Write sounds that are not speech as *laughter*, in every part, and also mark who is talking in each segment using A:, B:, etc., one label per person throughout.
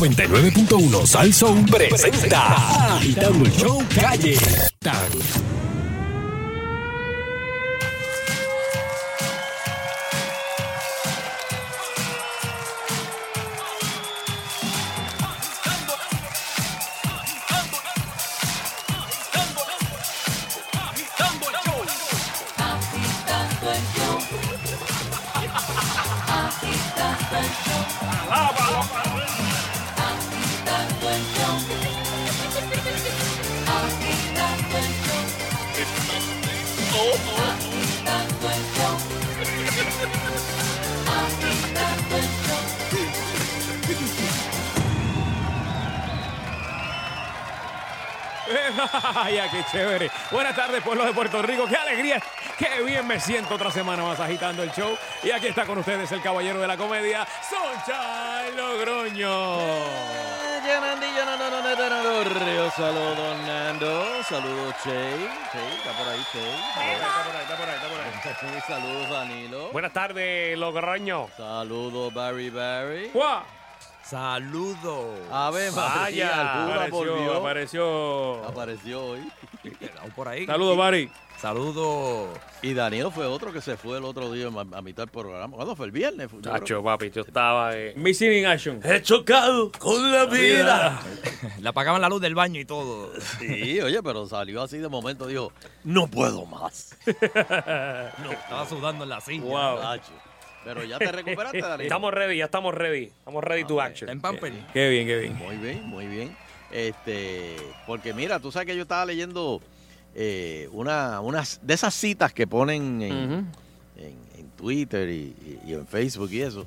A: 99.1 Sal Soul presenta Agitando el Show Calle.
B: *laughs* ¡Ay, qué chévere! Buenas tardes, pueblo de Puerto Rico. ¡Qué alegría! ¡Qué bien me siento otra semana más agitando el show! Y aquí está con ustedes el caballero de la comedia, Sunshine Logroño.
C: Saludos, saludos Nando, saludos Che, Che, está por ahí Che, saludos Danilo,
B: Buenas tardes, Logroño.
C: saludos Barry Barry,
B: ¡Guau!
D: Saludos.
C: Ave María,
B: ¡Vaya!
C: Buda
B: Apareció,
C: volvió,
B: apareció.
C: apareció hoy,
D: Estamos por ahí.
B: Saludos, Bari.
D: Saludos.
C: y Danilo fue otro que se fue el otro día a a mitad del programa, ¿cuándo fue? El viernes, Fue- yo creo.
B: papi, yo estaba... eh, Missing in action.
D: He chocado con la
E: *laughs*
D: vida. Le apagaban la luz del baño y todo.
C: sí, oye, pero salió así de momento, dijo, no puedo
B: *laughs*
C: más,
D: Estaba sudando en la silla.
B: ¡Wow!
C: Tacho. pero ya te
F: *laughs*
C: recuperaste Danilo,
F: Estamos ready, ya estamos ready. Estamos ready to
D: Está
F: action. Eh,
D: en pamper.
B: ¡Qué bien, qué bien!
C: Muy bien, muy bien. Este, porque mira, tú sabes que yo estaba leyendo eh, una, unas de esas citas que ponen en, en- en Twitter y, y- y en Facebook y eso.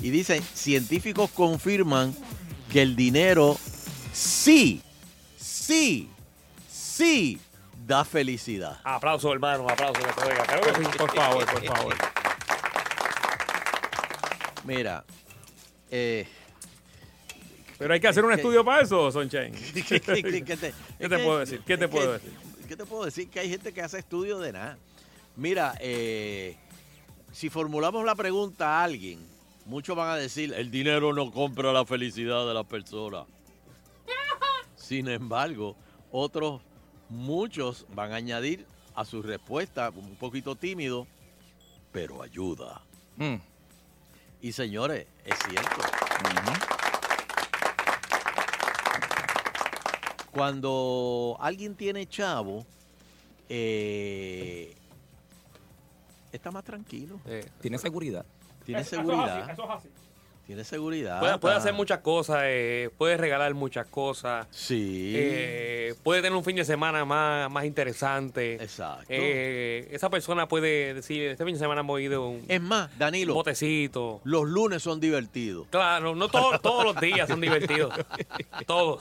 C: Y dicen, científicos confirman que el dinero sí, sí, sí da felicidad.
F: Aplausos, hermano, aplausos. de colega. Claro que sí.
B: Por favor, por favor.
C: Mira, eh,
B: Pero hay que hacer un estudio para eso, Sunshine.
C: ¿Qué te,
B: *laughs* ¿Qué te puedo decir? ¿Qué te
C: es
B: puedo
C: que- ¿Qué te puedo decir? Que hay gente que hace estudios de nada. Mira, eh, si formulamos la pregunta a alguien, muchos van a decir, el dinero no compra la felicidad de las personas. Sin embargo, otros, muchos van a añadir a su respuesta, un poquito tímido, pero ayuda.
D: Mm.
C: Y señores, es cierto. Cuando alguien tiene chavo, eh, está más tranquilo.
D: Tiene seguridad.
C: Tiene seguridad. Tiene seguridad.
F: Puede, puede
C: está-
F: hacer muchas cosas, eh, puede regalar muchas cosas,
C: Sí.
F: eh, puede tener un fin de semana más, más interesante.
C: exacto.
F: Eh, esa persona puede decir, este fin de semana hemos ido a un
C: es más, Danilo,
F: botecito.
C: los lunes son divertidos.
F: Claro, no todo- todos los días
C: *laughs*
F: son divertidos. todos.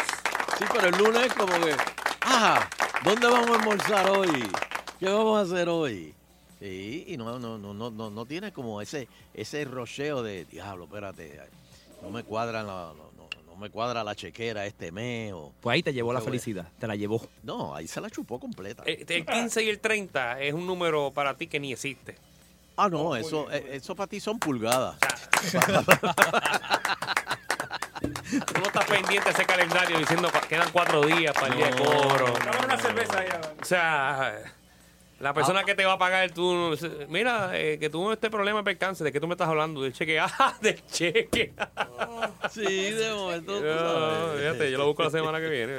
C: Sí, pero el lunes es como que, ah, ¿dónde vamos a almorzar hoy? ¿Qué vamos a hacer hoy? Sí, y no, no, no, no, no, no tiene como ese, ese rocheo de, diablo, espérate, ay, no me cuadra la, no, no- no me cuadra la chequera este mes o-".
D: Pues ahí te llevó la
C: Qué bueno.
D: felicidad. Te la llevó.
C: No, ahí se la chupó completa.
F: Eh, El 15 y el 30 es un número para ti que ni existe.
C: ah,
F: Oh,
C: no, eso, eh, eso para ti son pulgadas.
F: Tú no estás pendiente de ese calendario diciendo que quedan cuatro días para el día de cobro.
B: una cerveza ahí.
F: O sea, la persona que te va a pagar, tú. Mira, eh, que tuvo este problema de percance, ¿de qué tú me estás hablando? Del cheque. ¡Ah! *laughs* Del cheque.
C: Sí, de momento. tú
F: No,
C: sabes.
F: fíjate, yo lo busco la semana que viene.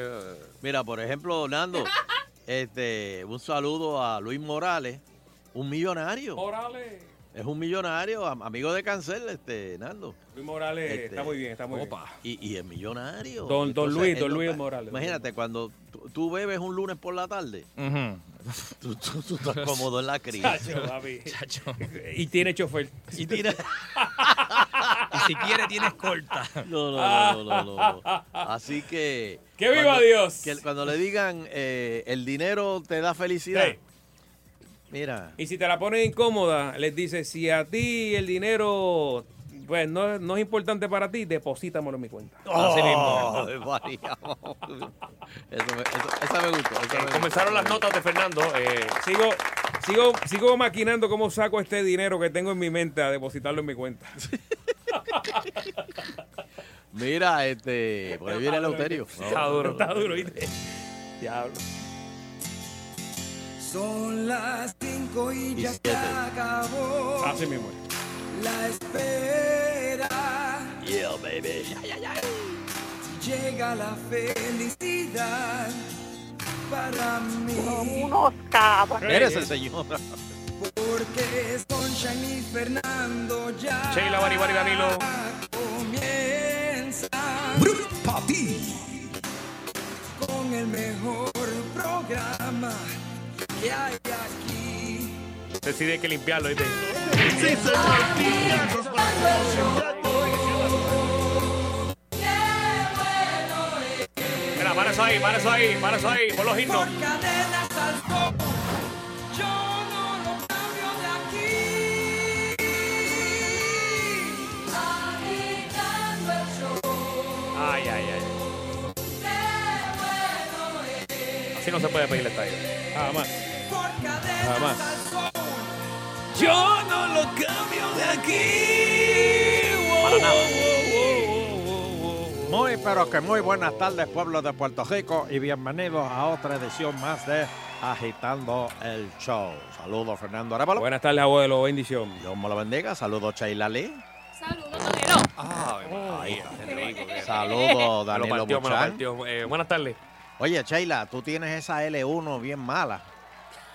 C: Mira, por ejemplo, Nando,
F: *laughs*
C: este, un saludo a Luis Morales, un millonario.
B: Morales.
C: Es un millonario, am- amigo de Cancel, este, Nando.
B: Luis Morales
C: Este,
B: está muy bien, está muy bien.
C: Y, y es millonario.
B: Don- don Luis,
C: él
B: don
C: no
B: Luis
C: está-
B: Morales.
C: Imagínate, cuando tú, tú bebes un lunes por la
D: *laughs*
C: tarde,
D: Ujú.
C: tú, tú- tú estás cómodo en la crisis.
B: Chacho,
D: *laughs*
B: papi. Y tiene chofer.
C: Y
B: *laughs*
C: tira-
D: Y si quiere, tienes corta.
C: No, no, no, no, no, no, no. Así que...
B: *laughs* ¡Que viva
C: cuando-
B: Dios!
C: que cuando le digan, eh, el dinero te da felicidad.
B: Hey.
C: Mira,
B: Y si te la pones incómoda, les dice, si a ti el dinero pues no, no es importante para ti, deposítamelo en mi cuenta.
C: Así mismo. *laughs* María. Eso me- eso- esa me gustó. esa me
F: Eh,
C: gustó.
F: comenzaron las notas de Fernando. eh,
B: Sigo, sigo, sigo maquinando cómo saco este dinero que tengo en mi mente a depositarlo en mi cuenta.
G: Mira, este, por ahí viene el Euterio.
F: Está duro. Está duro, ¿viste?
A: Son las 5 y
G: Y
A: ya se
G: siete.
A: acabó
B: Así mismo. es.
A: la espera.
G: Yeah, baby.
A: Llega la felicidad para mí.
H: unos cabros.
G: Mírese, señora.
A: Porque Sunshine y Fernando ya
F: Sheila, Bari, Bari, Danilo.
A: comienzan con el mejor programa que hay aquí.
F: Decide que limpiarlo, ¿viste? Mira, para eso ahí, para eso ahí, para eso ahí, pon los himnos.
A: Por cadenas al fondo, yo no lo cambio de aquí. Agitando el
F: Ay, ay, ay. Así no se puede pedirle esta idea.
B: Nada más.
A: por
B: Nada
A: cadenas
B: más.
A: al sol.
B: Yo no lo cambio de aquí. Para
C: Muy pero que muy buenas tardes pueblo de Puerto Rico y bienvenidos a otra edición más de Agitando el Show. Saludos Fernando Arevalo.
B: Buenas tardes, abuelo. Bendición.
C: Dios me lo bendiga. Saludos Chayla Lee.
H: Saludos, Tonelo.
F: Ay, qué rico. qué rico.
C: Saludos
F: Me lo
C: Danilo
F: partió, me lo
C: Buchan.
F: partió. Eh, buenas tardes.
C: Oye Chayla, tú tienes esa L1 bien mala.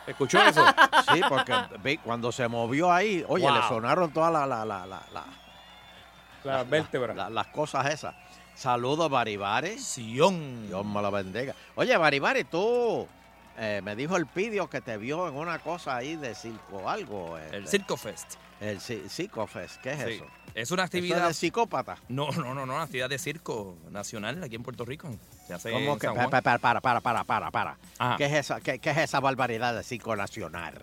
C: *laughs*
F: ¿Escuchó eso?
C: Sí, porque ve, cuando se movió ahí, oye,
F: Wow.
C: le sonaron todas la- la- la- la- la-
B: La vértebra.
C: la- las cosas esas. Saludos Baribares.
E: Sion.
C: Dios me lo bendiga. Oye, Baribari, tú eh, me dijo el pidio que te vio en una cosa ahí de circo, algo. eh,
E: El
C: de-
E: Circo Fest.
C: El ci- psicofest, ¿qué es
E: Sí. Es
C: eso?
E: una
C: Eso es
E: actividad.
C: de psicópata.
E: No, no, no, no, una actividad de circo nacional aquí en Puerto Rico. Se hace
C: ¿Cómo
E: en
C: que?
E: San
C: pa-
E: Juan.
C: pa- pa- Para, para, para, para, para.
E: Ajá.
C: ¿Qué es esa, qué, qué es esa barbaridad de circo nacional?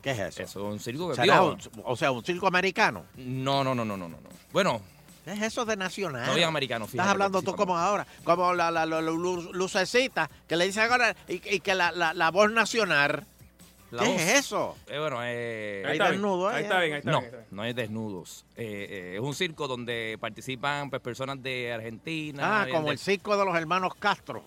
C: ¿Qué es eso?
E: Eso es un circo que
C: ¿Será
E: digo,
C: un- o sea, un circo americano.
E: No, no, no, no, no, no. no. Bueno,
C: ¿Qué es eso de nacional?
E: No digas americano, fíjate,
C: Estás hablando
E: porque
C: tú
E: sí,
C: como ahora, como la, la- la- la lu- lucecita que le dicen ahora y, y que la, la- la voz nacional.
E: la
C: ¿Qué
E: voz-
C: es eso?
E: eh, bueno, eh,
C: Ahí
B: está
C: desnudo,
B: bien.
C: ahí,
B: Ahí está
C: ahí.
B: bien, ahí está
E: No,
B: bien, ahí está bien.
E: no es desnudos. Eh, eh, es un circo donde participan pues, personas de Argentina,
C: Ah,
E: de-
C: como
E: de-
C: el circo de los hermanos Castro.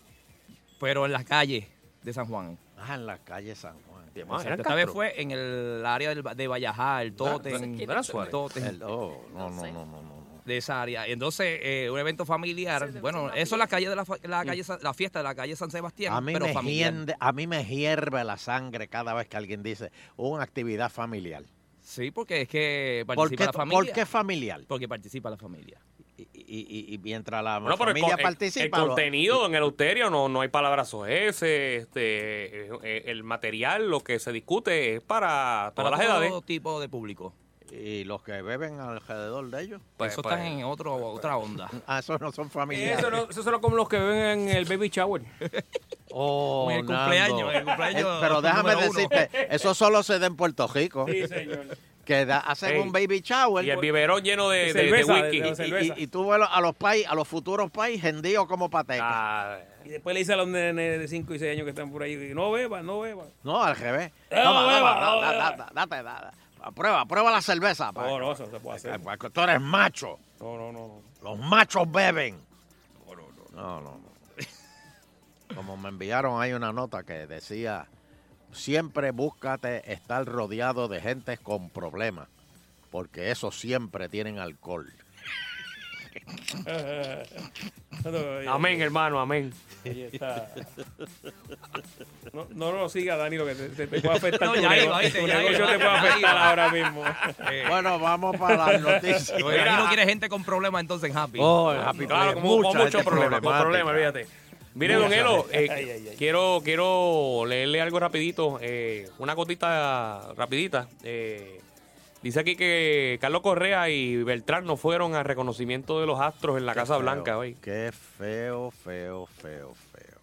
E: pero en las calles de San Juan.
C: Ah, en la calle San Juan.
F: Demás, eran
E: Esta este vez
F: Castro.
E: fue en el área del- de Vallajá, el Totem,
F: no era Suárez.
E: Totem,
C: El- oh, no, no,
H: sé.
C: no, no, no. no.
E: de esa área. Entonces, eh, un evento familiar. Bueno, eso es la calle de la, fa- la calle, Sa- la fiesta de la calle San Sebastián,
C: A mí,
E: pero
C: me
E: familiar.
C: hiende- a mí me hierve la sangre cada vez que alguien dice una actividad familiar.
E: Sí, porque es que
C: ¿Por
E: participa
C: qué,
E: la familia.
C: por qué familiar?
E: Porque participa la familia.
C: Y, y- y- y mientras la
F: Bueno, pero el,
C: familia
F: con- el-
C: participa...
F: el
C: lo-
F: contenido en el Euterio no, no hay palabras OS, este, eh, el material, lo que se discute es para
E: Para
F: todas las
E: todo
F: edades.
E: tipo de público.
C: Y los que beben alrededor de ellos.
F: Pues,
E: eso
F: pues,
E: está en otro, otra onda.
C: *laughs* Ah, esos no son familiares.
B: Eso, no, eso solo como los que ven en el baby shower.
C: Oh,
E: En el
C: Nando.
E: cumpleaños, en el cumpleaños
C: Eh, pero déjame
E: número uno.
C: decirte, eso solo se da en Puerto Rico.
B: señor.
C: Que da- hacen
F: Ey.
C: un baby shower.
F: y el biberón lleno de, de- de
B: Cerveza,
F: whisky.
B: de- de-
C: y-
B: cerveza.
C: y, y tú ves a los países, a los futuros países, gendíos como pateca.
F: Ah,
B: Y después le dice a los nenes de 5 y 6 años que están por ahí, no beba, no beba.
C: No, al revés.
B: Eh,
F: Ah.
C: Toma,
B: beba,
C: toma, da-
B: beba.
C: da- da- date, da- da. Prueba, prueba la cerveza. pa.
B: No, no, eso no se puede
C: Eh,
B: hacer.
C: porque tú eres macho.
B: No, no, no.
C: Los machos beben. No, no, no. Como me enviaron hay una nota que decía, siempre búscate estar rodeado de gente con problemas, porque esos siempre tienen alcohol.
B: *laughs* no.
F: amén, hermano, amén.
B: Ahí está. *laughs* No, no lo sigas, Danilo, que te, te- te puede afectar
E: No,
B: tu
E: ya
B: nego-
E: iba, viste,
B: tu
E: ya
B: negocio
E: iba. *laughs*
B: te puede
E: Ya
B: afectar
E: iba.
B: ahora mismo.
E: Eh,
C: Bueno, vamos para
E: *laughs*
C: las noticias.
E: Oye, aquí no quiere gente con problemas entonces, Happy.
C: Oh, Happy
F: Claro,
C: Tree,
F: con mucho,
C: mucha gente
F: problema, con problema,
C: problemática.
F: fíjate. Mire, don Elo, eh, quiero, quiero leerle algo rapidito, eh, una gotita rapidita. eh, dice aquí que Carlos Correa y Beltrán no fueron al reconocimiento de los astros en la Casa
C: Qué feo,
F: Blanca hoy.
C: Qué feo, feo, feo, feo.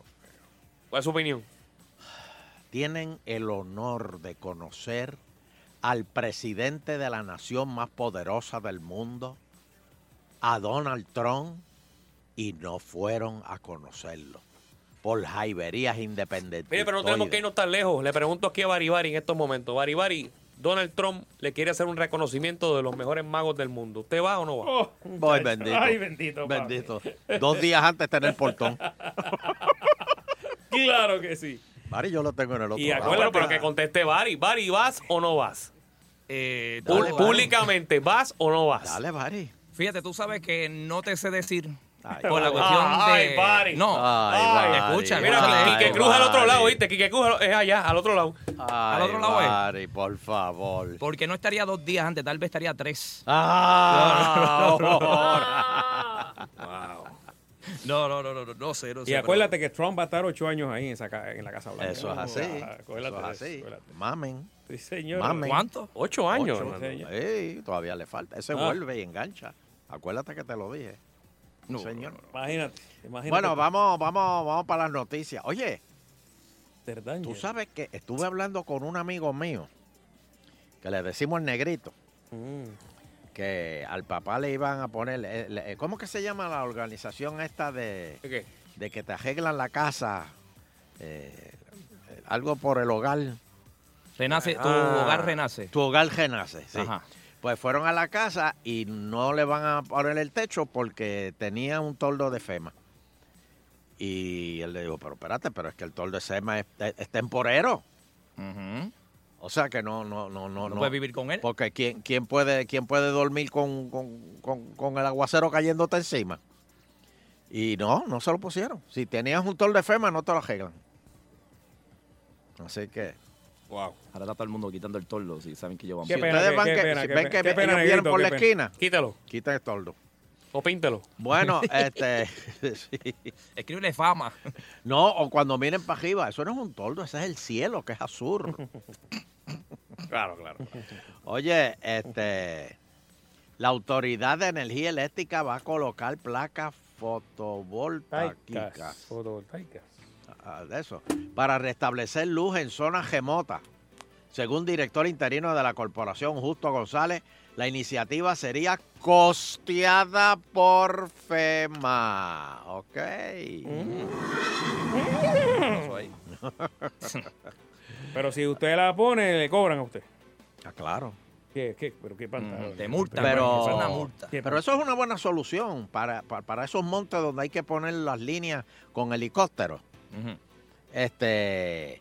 F: ¿Cuál es su opinión?
C: Tienen el honor de conocer al presidente de la nación más poderosa del mundo, a Donald Trump, y no fueron a conocerlo. Por jaiberías independientes.
F: Mire, pero no tenemos que irnos tan lejos. Le pregunto aquí a Baribari en estos momentos. Baribari, Donald Trump le quiere hacer un reconocimiento de los mejores magos del mundo. ¿Usted va o no va?
C: Voy, Oh, bendito.
D: Ay, bendito, papi.
C: Bendito. Dos días antes tener el portón.
F: Claro que sí.
C: Vale, yo lo tengo en el otro
F: Y
C: lado.
F: acuérdate, pero que conteste Bari. Bari, ¿vas o no vas?
E: Eh,
F: Pú-
C: Dale, Bari.
F: públicamente, ¿vas o no vas?
C: Dale, Bari.
E: Fíjate, tú sabes que no te sé decir
C: Ay,
E: por la
F: Bari.
E: cuestión
F: Ay,
E: de.
F: Bari.
E: No,
C: Ay, Bari.
E: escucha,
F: Mira,
E: Ay,
F: Quique Cruz al otro lado, ¿viste? Quique Cruz al- es allá, al otro lado.
C: Al
E: otro lado es.
C: Bari, por favor.
E: porque no estaría dos días antes, tal vez estaría tres.
C: Ah,
E: No, no, no, no, no, no sé, no sé.
B: Y
E: pero-
B: acuérdate que Trump va a estar ocho años ahí en, esa ca- en la Casa Blanca.
C: eso es así.
B: Ah,
C: Eso
B: acuérdate
C: es
B: de
C: así.
B: acuérdate.
C: Mamen.
B: Sí, señor.
C: Mamen.
E: ¿Cuánto?
F: Ocho años.
B: Ocho,
F: hermano.
B: señor.
C: Ey, todavía le falta. Ese
B: Ah.
C: vuelve y engancha. Acuérdate que te lo dije.
E: No,
C: señor.
B: Imagínate, imagínate.
C: Bueno, vamos, vamos, vamos para las noticias. Oye,
B: Cerdaña.
C: tú sabes que estuve hablando con un amigo mío, que le decimos el negrito,
B: Mm.
C: que al papá le iban a poner, eh, le- eh, ¿cómo que se llama la organización esta de,
F: ¿Qué?
C: de que te arreglan la casa? Eh, eh, algo por el hogar.
E: Renace, tu
F: Ah.
E: hogar renace.
C: Tu hogar renace, sí.
E: Ajá.
C: Pues fueron a la casa y no le van a poner el techo porque tenía un toldo de FEMA. Y él le dijo, pero espérate, pero es que el toldo de FEMA es, es- es temporero.
E: Ujú.
C: O sea que no, no, no,
E: No,
C: no. no.
E: puedes vivir con él.
C: Porque ¿quién, quién, puede, quién puede dormir con, con- con- con el aguacero cayéndote encima? Y no, no se lo pusieron. Si tenías un toldo de FEMA, no te lo arreglan. Así que...
D: Ahora está todo el mundo quitando el tordo si saben que yo voy
B: Qué
C: si
B: pena,
C: ustedes
B: qué-
C: van
B: qué
C: que,
B: pena,
C: si
B: qué
C: ven
B: pena.
C: que
B: Qué pena,
C: ellos vienen
B: negrito,
C: por
B: qué
C: la
B: pena.
C: esquina,
F: Quítalo
C: quita el toldo.
F: o píntelo.
C: Bueno, este. *laughs* sí.
E: Escríbele fama.
C: No, o cuando miren para arriba, eso no es un toldo, ese es el cielo, que es azul.
F: Claro, claro.
C: Oye, este. La Autoridad de Energía Eléctrica va a colocar placas
B: Taicas,
C: fotovoltaicas
B: fotovoltaicas.
C: ah, de eso, para restablecer luz en zonas remotas. Según director interino de la corporación Justo González, la iniciativa sería costeada por FEMA. Ok.
B: *laughs* Pero si usted la pone, le cobran a usted.
C: Ah, claro.
B: ¿Qué, qué? ¿Pero qué pantalla?
E: Mm, te multan.
C: Pero-
E: es una multa.
B: ¿Qué
C: Pero eso es una buena solución para, para, para esos montes donde hay que poner las líneas con helicópteros.
E: Ujú.
C: Este,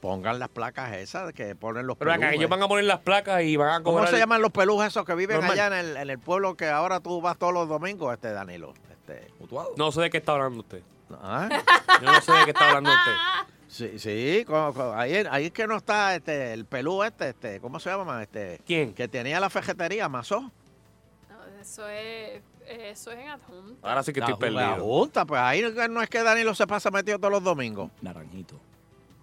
C: pongan las placas esas que ponen los
F: Pero acá,
C: pelús,
F: ellos
C: eh.
F: van a poner las placas y van a
C: ¿Cómo
F: cobrar.
C: se llaman los pelús esos que viven
F: Normal.
C: allá en el, en el pueblo que ahora tú vas todos los domingos, este Danilo? Este,
E: Mutuado.
F: No sé de qué está hablando usted.
C: ¿ah?
F: *laughs* Yo no sé de qué está hablando usted.
C: Sí, sí co- co- ahí, ahí es que no está este, el pelú este, este, ¿cómo se llama? Este,
F: ¿Quién?
C: que tenía la fejetería, Mazó.
H: No, eso es, eso es en adjunto.
F: Ahora sí que
E: La
F: estoy
E: Junta.
C: La
F: perdido.
C: junta, pues ahí no es que Danilo se pasa metido todos los domingos.
D: Naranjito.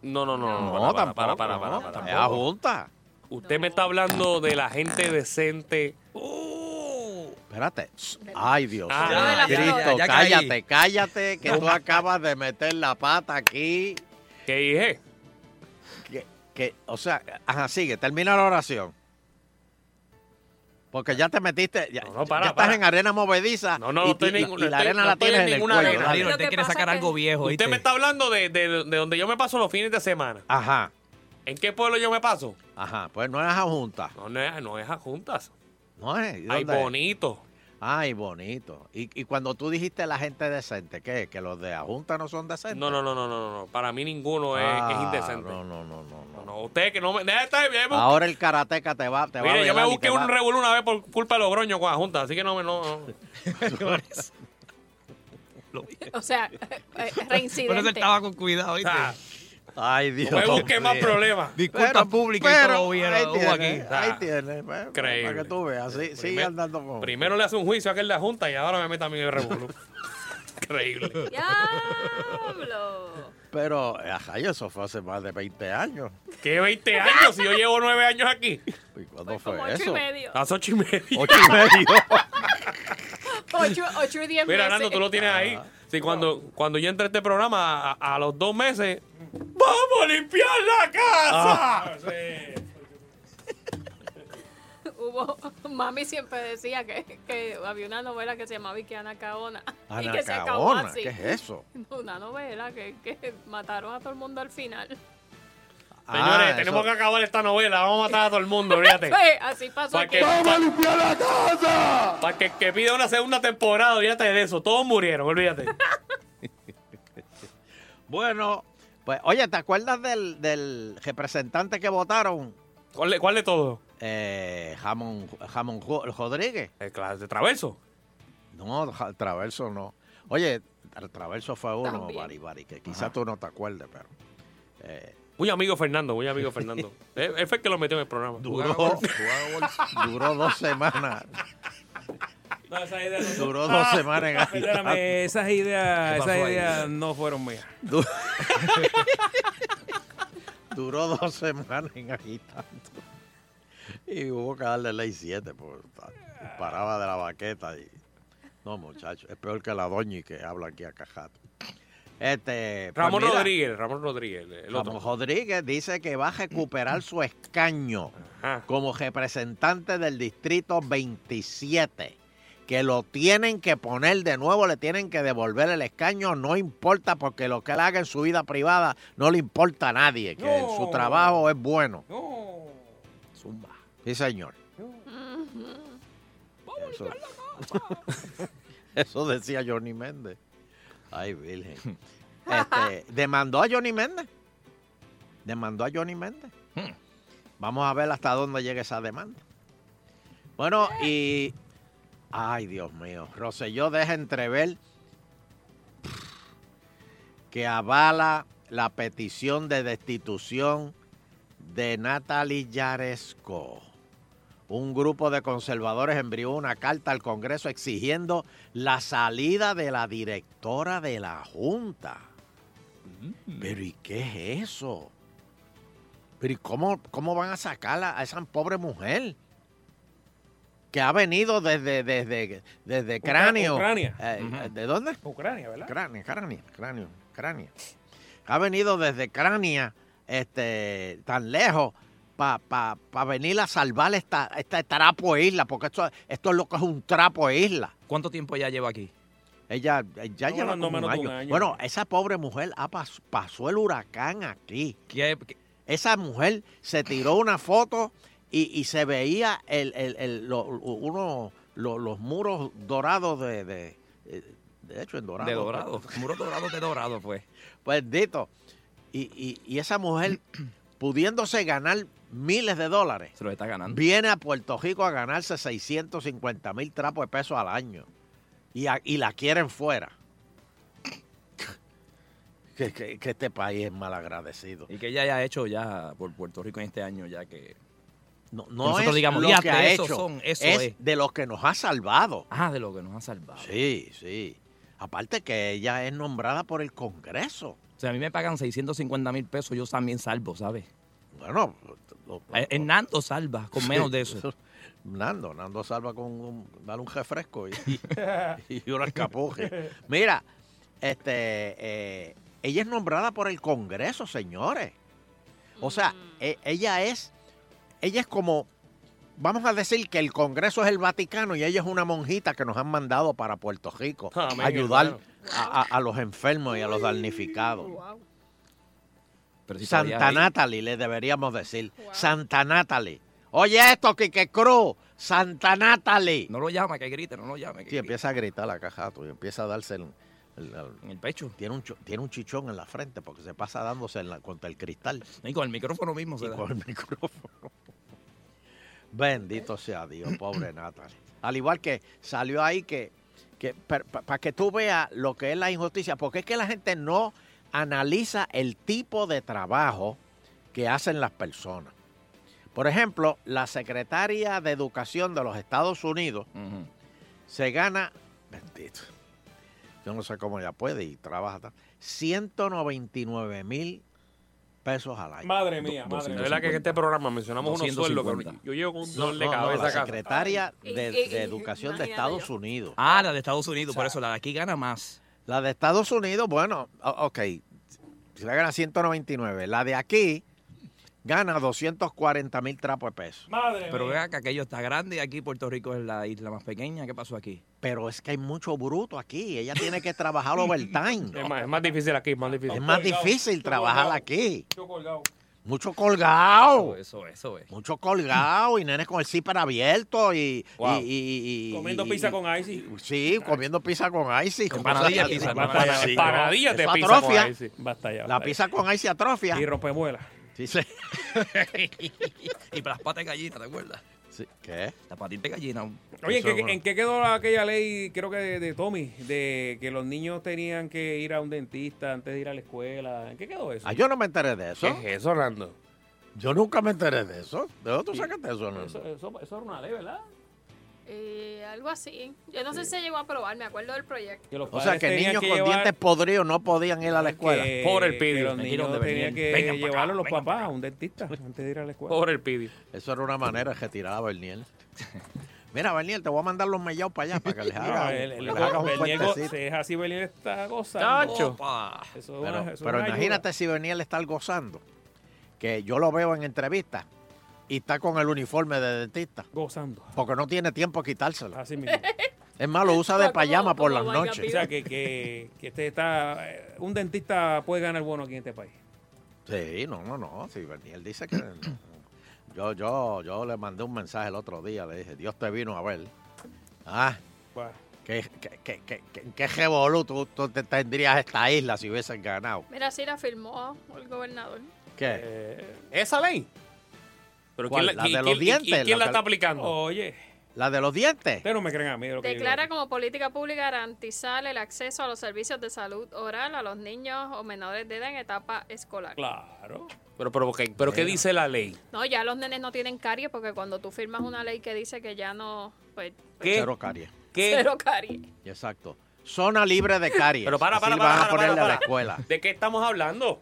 F: No, no, no.
H: No,
F: No, para, para,
C: tampoco,
F: para, para,
C: no,
F: para, para.
C: es la junta.
F: Usted me está hablando de la gente decente.
C: Espérate. Ay, Dios.
F: Ah,
C: mío,
F: ya,
H: ya,
C: Cristo,
E: ya caí.
C: cállate, cállate, que tú acabas de meter la pata aquí.
F: ¿Qué dije?
C: Que, que, o sea, ajá, sigue, termina la oración. Porque ya te metiste, ya,
F: No, no, para,
C: ya estás
F: para.
C: en arena movediza.
F: No, no,
C: y,
F: no estoy
C: y- y
F: ningún- no
C: la
F: estoy-
C: arena
F: no
C: la
F: estoy en
C: tienes en el
F: ninguna
C: cuello.
F: arena.
E: Danilo,
C: dale.
H: Lo
E: te
H: que
E: quiere
H: pasa
E: sacar
H: que-
E: algo viejo.
F: Usted
E: ¿oíste?
F: me está hablando de, de- de donde yo me paso los fines de semana.
C: Ajá,
F: ¿En qué pueblo yo me paso?
C: ajá, pues no es a junta.
F: No, no es, no es a juntas.
C: No es. ¿y
F: Ay,
C: dónde es?
F: bonito.
C: Ay, bonito. Y, y cuando tú dijiste la gente decente, ¿qué? ¿Que los de la junta no son decentes?
F: No, no, no, no, no, no. Para mí ninguno es, es
C: Ah,
F: indecente.
C: No, no, no, no.
F: No,
C: no.
F: no, usted que no me. Deja de estar. ya me-
C: Ahora el karateca te va, te va a
F: Mire, yo me
C: violar y
F: busqué
C: te va-
F: un revolú una vez por culpa de Logroño con la Junta, así que no me. No,
C: *laughs*
F: no.
H: O sea,
F: *laughs*
H: eh,
E: Por eso
H: reincidente.
E: estaba con cuidado, ¿viste?
F: Ah,
C: Ay, *laughs* Dios.
F: no me busqué más
C: mío.
F: problemas.
E: Disculpas públicas y
C: pero,
E: todo bien.
C: ahí
E: hubo
C: tiene,
E: aquí.
C: ahí
F: Ah.
C: tiene. pues, Para
F: Increíble.
C: que tú veas, sí, sigue
F: Primer-
C: andando con...
F: Primero le hace un juicio a aquel de la Junta y ahora me mete a mí en
C: *laughs*
F: el revolú. Increíble.
H: ¡Diablo!
C: Pero, ajá, y eso fue hace más de 20 años.
F: ¿Qué 20 años? Si yo llevo 9 años aquí.
C: ¿Y cuándo
H: Fue Pues
C: fue
H: como ocho y
C: eso?
H: medio.
F: Las 8 y media.
C: Ocho y medio.
H: Ocho, ocho y *laughs* diez
F: Mira,
H: meses.
F: Nando, tú lo tienes ahí.
C: Ah.
F: Sí, cuando, cuando yo entré a este programa, a, a los dos meses, ¡vamos a limpiar la
H: Ah.
F: casa!
H: *laughs* Hubo, mami siempre decía que, que había una novela que se llamaba Vicky Anacaona. y que se acabó
C: Anacaona,
H: así.
C: ¿qué es eso?
H: Una novela que, que mataron a todo el mundo al final.
F: Señores,
C: Ah,
F: tenemos
C: eso-
F: que acabar esta novela. Vamos a matar a todo el mundo,
H: *laughs*
F: fíjate.
H: Sí, así pasó
F: Para
H: aquí.
F: que, pa- para que, que pida una segunda temporada, olvídate de eso. Todos murieron, olvídate.
C: Bueno, pues oye, ¿te acuerdas del, del representante que votaron?
F: ¿Cuál, de- cuál de todos?
C: Eh, Jamón, Jamón Jo- Rodríguez.
F: El cla- Eh, de Traverso.
C: No, Ja- Traverso no. Oye, Tra- Traverso fue uno,
H: También.
C: Bari Bari, que quizás tú no te acuerdes, pero... eh,
F: Muy amigo Fernando,
C: *laughs*
F: muy amigo
B: *laughs*
F: Fernando. Eh, él, él fue el que lo metió en el programa.
C: duró, duró dos semanas. Duró dos semanas en agitando.
B: Ah, Espérame, esas ideas,
D: ¿Qué pasó
B: esas
D: ahí?
B: ideas no fueron mías.
C: Du- *laughs* Duró dos semanas en agitando. Y hubo que darle ley 7, porque ta- paraba de la baqueta y... No, muchacho, es peor que la doña y que habla aquí a cajato. Este, pues
F: Ramón
C: mira,
F: Rodríguez, Ramón Rodríguez, el otro.
C: Ramón Rodríguez dice que va a recuperar su escaño
F: Ajá.
C: como representante del distrito 27, que lo tienen que poner de nuevo, le tienen que devolver el escaño, no importa porque lo que él haga en su vida privada no le importa a nadie, que
B: No.
C: su trabajo es bueno.
B: No.
C: Zumba. Sí, señor. Eso, *laughs* Eso decía Johnny Méndez. Ay, Virgen. Este, demandó a Johnny Méndez. Demandó a Johnny Méndez. Vamos a ver hasta dónde llega esa demanda. Bueno, y. Ay, Dios mío. Roselló deja entrever que avala la petición de destitución de Natalie Yaresco. Un grupo de conservadores envió una carta al Congreso exigiendo la salida de la directora de la Junta. ¿Pero y qué es eso? ¿Pero y cómo, cómo van a sacarla a esa pobre mujer? Que ha venido desde, desde, desde cráneo.
B: Ucrania.
C: Eh, ¿De dónde?
B: Ucrania, ¿verdad?
C: Cráneo, cráneo, cráneo, cráneo. Ha venido desde Crania, este, tan lejos, para pa, pa venir a salvar esta, esta trapo de isla, porque esto, esto es lo que es un trapo de isla.
E: ¿Cuánto tiempo ya lleva aquí?
C: Ella eh, ya
B: No,
C: lleva
B: no,
C: como
B: menos
C: un
B: de un
C: año.
B: año.
C: Bueno, esa pobre mujer ha pas- pasó el huracán aquí.
E: ¿Qué- qué-
C: Esa mujer se tiró una foto y, y se veía el, el- el- lo- uno, lo- los muros dorados de... De, eh, de hecho, en dorado.
E: de dorado. *laughs* Muro dorado de dorado, pues.
C: Pues Dito, y, y- y esa
E: *clears throat*
C: mujer pudiéndose ganar miles de dólares,
D: Se lo está ganando.
C: viene a Puerto Rico a ganarse 650 mil trapos de pesos al año. Y, a- y la quieren fuera. *laughs* que, que- que este país es malagradecido.
D: Y que ella haya hecho ya por Puerto Rico en este año, ya que.
C: No, no
D: nosotros
C: es
D: digamos,
C: lo
D: "Ya,
C: que ha
D: esos
C: hecho,
D: son, eso es".
C: de los que nos ha salvado.
D: Ah, de lo que nos ha salvado.
C: Sí, sí. Aparte que ella es nombrada por el Congreso.
D: O sea, a mí me pagan 650 mil pesos, yo también salvo, ¿sabes?
C: Bueno, lo- lo-
D: Hernando salva con menos de eso.
C: *laughs* Nando, Nando salva con un, dale un refresco
D: *laughs*
C: y, y, y unas capujes. Mira, este, eh, ella es nombrada por el Congreso, señores. O sea, e- ella es, ella es como, vamos a decir que el Congreso es el Vaticano y ella es una monjita que nos han mandado para Puerto Rico a
F: Amén,
C: ayudar
F: hermano.
C: a, a- a los enfermos y a los damnificados.
H: Wow.
D: Pero si todavía
C: Santa
D: hay-
C: Natalie, le deberíamos decir.
H: Wow.
C: Santa Natalie. Oye esto, Quique Cruz. Santa Natalie.
D: No lo llama, que grite, no lo llame. que
C: Sí,
D: grite.
C: empieza a gritar la cajato y empieza a darse el... el- el-
D: En el pecho.
C: tiene, un, cho- tiene un chichón en la frente porque se pasa dándose en la- contra el cristal
D: Y con el micrófono mismo se
C: y
D: da.
C: con el *laughs* micrófono. Bendito sea Dios,
D: *clears throat*
C: pobre Natalie. Al igual que salió ahí que... que Para que tú veas lo que es la injusticia, porque es que la gente no analiza el tipo de trabajo que hacen las personas. Por ejemplo, la secretaria de Educación de los Estados Unidos
D: Ujú.
C: se gana, bendito, yo no sé cómo ella puede y trabaja, tan- 199 mil pesos al año.
B: Madre mía,
D: Do-
B: madre
F: De
B: mía.
F: verdad que en este programa mencionamos unos sueldos
D: 250.
F: que yo llevo con un
C: No,
F: dolor de
C: no, no,
F: cabeza
C: la
F: acá.
C: secretaria
H: Ay,
C: de,
H: y- y-
C: de Educación de
H: imagínate
C: Estados
H: yo.
C: Unidos.
D: Ah, la de Estados Unidos, por eso la de aquí gana más.
C: La de Estados Unidos, bueno, o- ok, se la gana 199. La de aquí gana 240 mil trapos de pesos.
B: Madre
D: Pero
B: mía.
D: vea que aquello está grande y aquí Puerto Rico es la isla más pequeña. ¿Qué pasó aquí?
C: Pero es que hay mucho bruto aquí. Ella tiene que
D: *laughs*
C: trabajar overtime.
F: Es más, es más difícil aquí, es más
C: Es
F: difícil.
C: más difícil trabajar aquí.
B: Yo colgado.
C: Mucho colgado.
E: Eso, eso es.
C: Mucho colgado y nenes con el zipper abierto y.
F: Wow.
C: y- y- y-
F: Comiendo
C: y-
F: pizza
C: y-
F: con icy.
C: Sí, comiendo pizza con icy. con
E: Empanadilla
C: cosas
E: de pizza,
C: así.
E: empanadilla.
C: Basta ya.
F: Empanadilla de
C: Eso
F: pizza con
C: atrofia.
F: icy.
B: Basta ya.
C: La pizza con icy atrofia.
B: Y rompemuela.
C: Sí, sí.
E: Y para las patas de gallina, ¿te acuerdas?
C: Sí, ¿Qué?
E: Las patitas de gallina.
B: Oye,
C: Eso
B: ¿en
C: es
B: qué,
C: bueno.
B: en qué quedó aquella ley, creo que de, de Tommy, de que los niños tenían que ir a un dentista antes de ir a la escuela? ¿En qué quedó eso?
C: Ah, yo no me enteré de eso.
F: ¿Qué es eso, Orlando?
C: Yo nunca me enteré de eso. ¿De dónde tú sacaste eso, Nando?
B: Eso, eso- eso era una ley, ¿verdad?
H: Eh, algo así. Yo no sé si se llegó a aprobar, me acuerdo del proyecto.
B: Que los
C: O sea,
B: padres
C: que
B: tenían
C: niños con
B: llevar-
C: dientes podridos no podían ir a la
B: que-
C: escuela.
F: Pobre el
B: que
F: pidio.
B: Los
E: Aquí donde
B: niños tenían
E: venían.
B: que
E: Vengan pa' acá,
B: llevarlos los
E: vengan
B: papás a un dentista antes de ir a la escuela.
F: Pobre el pidio.
C: Eso era una manera que tiraba
B: *laughs*
C: Berniel. Mira, Berniel, te voy a mandar los mellados para allá para que les haga,
B: *laughs* No, el- el-
C: le hagas un
B: Bernier go-
C: puentecito.
B: se es así, Bernier está gozando.
F: Tacho.
E: Opa.
B: Eso es
C: Pero,
B: una- eso es
C: pero
B: una ayuda.
C: imagínate si Berniel está gozando, que yo lo veo en entrevistas y está con el uniforme de dentista,
B: Gozando.
C: porque no tiene tiempo a quitárselo.
B: Así mismo.
C: *laughs* Es más, lo usa de
H: Pero como-
C: payama por
H: como
C: las
H: vaina
B: o
C: noches.
B: sea, que, que, que este está. eh, Un dentista puede ganar bono aquí en este país.
C: Sí, no, no, no. Si Berniel dice
B: *clears throat*
C: que... no. Yo, yo, yo le mandé un mensaje el otro día, le dije, Dios te vino a ver. Ah,
B: Bueno,
C: ¿Qué, qué, qué, qué, qué, qué revolú tú, tú te tendrías esta isla si hubiesen ganado?
H: Mira, si la firmó el gobernador.
C: ¿Qué?
B: eh,
F: ¿Esa ley? ¿Pero
C: ¿Cuál?
F: quién
C: ¿La
F: la,
C: de los
F: quién- quién- quién-
C: dientes?
F: quién
C: ¿La
F: la
C: de
F: está
C: los-
F: aplicando?
B: oye,
C: ¿La de los dientes?
B: ustedes no me creen a mí. de Lo que yo
H: Declara
B: digo.
H: como política pública garantizar el acceso a los servicios de salud oral a los niños o menores de edad en etapa escolar.
B: Claro.
F: Pero, pero, ¿qué- pero ¿qué dice la ley?
H: No, ya los nenes no tienen caries porque cuando tú firmas una ley que dice que ya no, pues,
F: ¿Qué?
C: Cero caries.
F: ¿Qué?
H: cero caries.
C: Exacto. Zona libre de caries.
F: Pero para,
C: Así
F: para,
C: le
F: para,
C: van a
F: para,
C: ponerle
F: para,
C: a la
F: para.
C: escuela.
F: ¿De qué estamos hablando?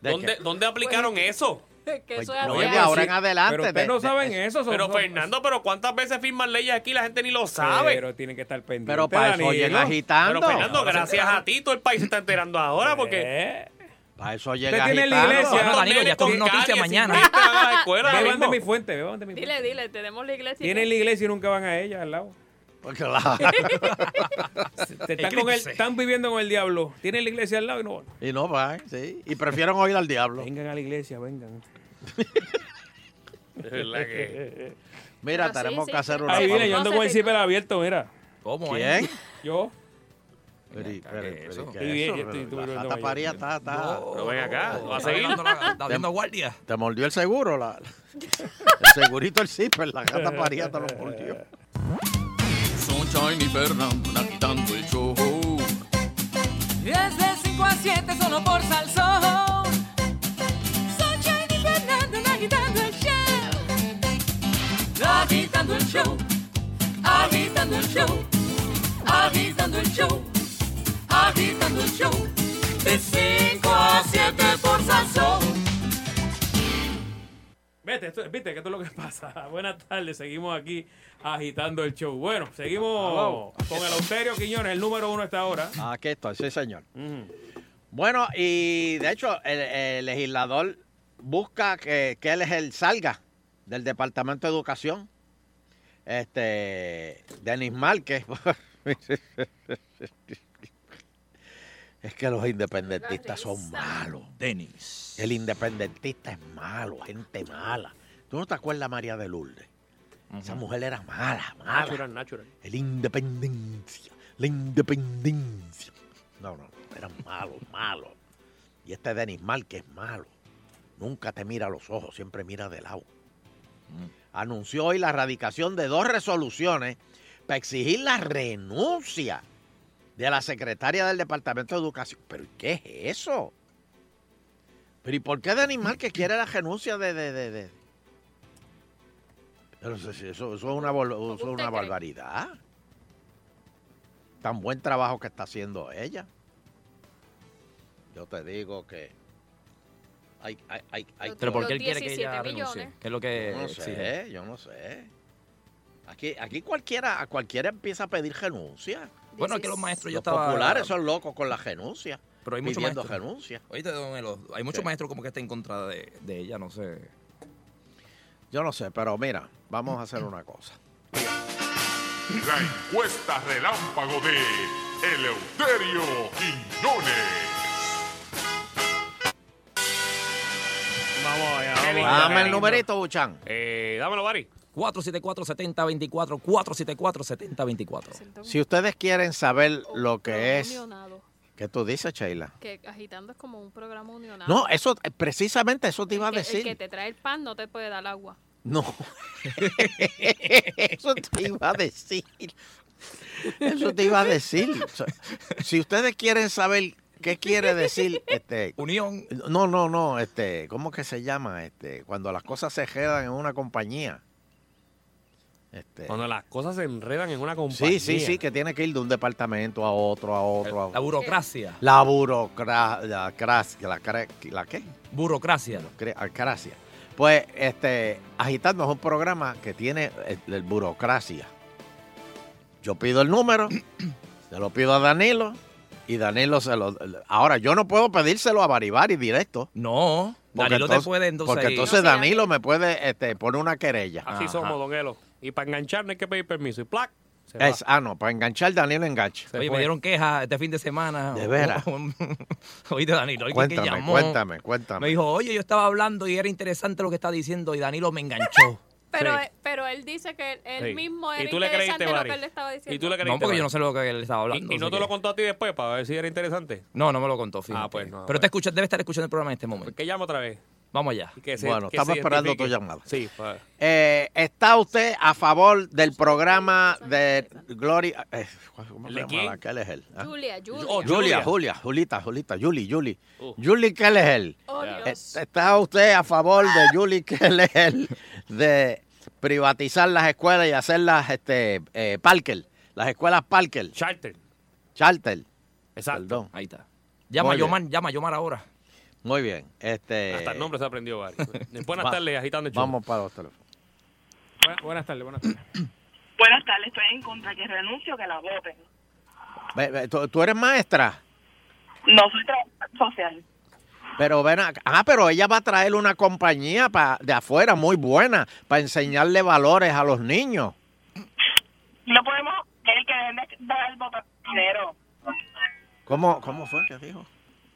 C: ¿De
F: ¿Dónde,
C: qué? Pues,
F: ¿Dónde aplicaron eso?
H: Pues, *laughs* que eso es
C: no,
H: así.
C: es de
H: Ah,
C: ahora
H: sí.
C: en adelante.
B: Pero ustedes
C: de-
B: no
C: de-
B: saben
C: de-
B: eso. son-
F: Pero
B: son-
F: Fernando, pero ¿cuántas veces firman leyes aquí? La gente ni lo sabe. Pero,
B: Pero tienen que estar
F: *laughs*
B: pendientes.
C: Pero para eso
B: Danilo.
C: oyen agitando.
F: Fernando, gracias a ti, todo el país se está enterando ahora porque
B: Eh,
C: Para eso llega
B: tiene la
C: agitando.
B: iglesia.
F: ¿cuántos
E: Danilo, ya
F: nenes
E: esto es
F: con
E: noticia
F: caries
E: mañana.
F: sin dientes van a la escuela ahora
B: Beban de
F: mismo?
B: mi fuente, beban de mi fuente.
H: Dile, dile, tenemos la iglesia.
B: Tienen la iglesia y nunca van a ella al lado.
C: Porque la-
B: Te *laughs* están, con el- están viviendo con el diablo. Tienen la iglesia al lado y no van.
F: *laughs*
C: y no van, sí. Y prefieren oír al diablo.
B: Vengan a la iglesia, vengan.
F: De verdad que-
C: Mira,
H: Pero sí,
C: tenemos
H: sí,
C: que hacer
H: sí.
C: una
B: Ahí viene, yo
C: pausa.
B: ando con el zipper abierto, mira.
E: ¿Cómo eh?
C: ¿Quién?
B: Yo.
C: Pero, y- pero,
E: ¿qué es
C: pero,
E: eso?
C: ¿qué
B: Estoy
C: es
B: bien,
C: eso?
B: yo estoy- estoy
C: La
B: volviendo
C: Santa
B: mayor.
C: Paría está... está-
F: Oh, Pero ven acá, ¿va a
E: Está
F: seguir?
E: hablando la- Está viendo guardia.
C: Te mordió el seguro, la, *laughs* el segurito el zipper, la gata
B: *laughs*
C: parida te lo mordió.
I: Sunshine y Fernando agitando el show.
A: Desde 5 a 7 solo por Salsón. Sunshine y Fernando en agitando el show. Agitando el show. Agitando el show. Agitando el show. Agitando el show. De 5 a 7 por Salsón.
B: Vete, esto- viste que esto es lo que *laughs* pasa. Buenas tardes, seguimos aquí agitando el show. Bueno, seguimos con el Austerio Quiñones, el número uno a esta hora.
C: Ah, Aquí estoy, sí, señor. Bueno, y de hecho, el, el legislador busca que, que él es el salga del Departamento de Educación. Este, Denis Márquez. *laughs* es que los independentistas son
H: La
C: malos.
D: Denis.
C: El independentista es malo, gente mala. ¿Tú no te acuerdas, María de Lourdes? Esa mujer era mala, mala.
F: Natural, natural.
C: El independencia, la independencia. No, no, eran *laughs* malos, malos. Y este Denis Mal, que es malo, nunca te mira a los ojos, siempre mira de lado. Anunció hoy la erradicación de dos resoluciones para exigir la renuncia de la secretaria del Departamento de Educación. ¿Pero qué es eso? ¿Pero y por qué Denis Márquez quiere la renuncia de... de, de, de- Pero eso, eso- eso es una, vol- eso es
H: usted
C: una
H: cree?
C: barbaridad. Tan buen trabajo que está haciendo ella. Yo te digo que... Hay, hay, hay, hay
H: Pero
C: que-
E: Pero ¿por
H: Los
E: qué él quiere que
H: 17
E: ella renuncie?
H: millones.
E: ¿Qué es lo que
C: yo no
E: exige?
C: sé, yo no sé. Aquí, aquí cualquiera, a cualquiera empieza a pedir renuncia.
E: Bueno, es que los maestros yo
C: Los
E: estaba...
C: populares son locos con la renuncia,
E: Pero hay muchos
C: pidiendo
E: maestros.
C: renuncia.
E: Oíste, don Melo, hay muchos maestros como que están en contra de, de ella, no sé.
C: Yo no sé, pero mira, vamos a hacer una cosa.
J: La encuesta relámpago de Eleuterio Quiñones.
C: Dame el numerito, Buchan.
F: Eh, dámelo, Bari.
D: 474-7024, 474-7024.
C: Si ustedes quieren saber lo que es.
H: Unionado.
C: ¿Qué tú dices, Sheila?
H: Que agitando es como un programa unionado.
C: No, eso, eh, precisamente eso te iba a
H: El que- El que
C: decir.
H: te trae el pan no te puede dar agua.
C: No. *laughs* Eso te iba a decir. Eso te iba a decir. O sea, Si ustedes quieren saber qué quiere decir este
D: unión.
C: No, no, no, este, ¿cómo que se llama este cuando las cosas se quedan en una compañía? Este,
F: Cuando las cosas se enredan en una
C: sí,
F: compañía.
C: sí, sí, que tiene que ir de un departamento a otro, a otro, a otro.
D: La burocracia.
C: La burocracia, la, cras- la, cra- ¿la qué?
D: Burocracia.
C: Cre- Alcaracia. Pues, este, Agitando es un programa que tiene el, el burocracia. Yo pido el
D: *clears throat*
C: número, se lo pido a Danilo, y Danilo se lo... Ahora, yo no puedo pedírselo a Baribari directo.
D: No, Danilo te puede, entonces,
C: Porque
D: ahí-
C: entonces
D: No, sí,
C: Danilo me puede este, poner una querella.
F: Así
C: Ajá.
F: somos, don Elo. Y para enganchar no hay que pedir permiso. Y plac. se va.
C: Es- ah, no, para enganchar Danilo Pues, engancha.
D: Oye, me dieron quejas este fin de semana.
C: De veras.
D: *laughs* Oíste, Danilo, oíste que
C: Cuéntame,
D: llamó.
C: cuéntame, cuéntame.
D: Me dijo, oye, yo estaba hablando y era interesante lo que está diciendo y Danilo me
C: *laughs*
D: enganchó.
H: Pero,
D: Sí.
H: eh, pero él dice que él, él
D: Sí.
H: mismo
D: ¿Y
H: era
D: tú le creíste,
H: interesante lo
D: Mari?
H: que él le estaba diciendo.
F: ¿Y tú le creíste?
D: No, porque
F: Mari?
D: yo no sé lo que él estaba hablando.
F: ¿Y, y no
D: así
F: te
D: que-
F: lo contó a ti después para ver si era interesante?
D: No, no me lo contó, fíjate.
F: Ah, pues no,
D: Pero te escucha, debe estar escuchando el programa en este momento.
F: Que llamo otra vez.
D: Vamos allá.
F: Que se-
C: Bueno,
F: que
C: estamos
F: se
C: esperando tu
F: identifique.
C: llamada.
F: Sí, pues. pa-
C: Eh, ¿Está usted a favor del programa de Gloria? eh, ¿Cómo se
F: ¿De quién?
C: llama? ¿Qué es él? Ah.
H: Julia, Julia.
C: Oh, Julia, Julia, Julita, Julita, Juli, Juli.
H: Oh.
C: Juli Kelleher.
H: Oh, Ah.
C: Eh, ¿Está usted a favor de Juli Kelleher de privatizar las escuelas y hacerlas este, eh, Parker? Las escuelas Parker.
F: Charter.
C: Charter.
F: Exacto.
C: Perdón.
D: Ahí está. Llama a
C: Muy bien.
D: Yomar, llama a Yomar ahora.
C: Muy bien. Este,
F: Hasta el nombre se aprendió, Bari. *laughs* Buenas
C: va-
F: tardes, agitando el show.
C: Vamos para los teléfonos.
B: Buenas, buenas tardes, buenas tardes.
K: Buenas tardes, estoy en contra que renuncio, que la voten.
C: Ve- ve, ¿Tú, tú eres maestra?
K: No soy trabajadora social.
C: Pero ven acá. Ah, pero ella va a traer una compañía pa- de afuera muy buena para enseñarle valores a los niños.
K: No podemos el que dejen de dar el voto dinero.
C: ¿Cómo, ¿Cómo fue que dijo?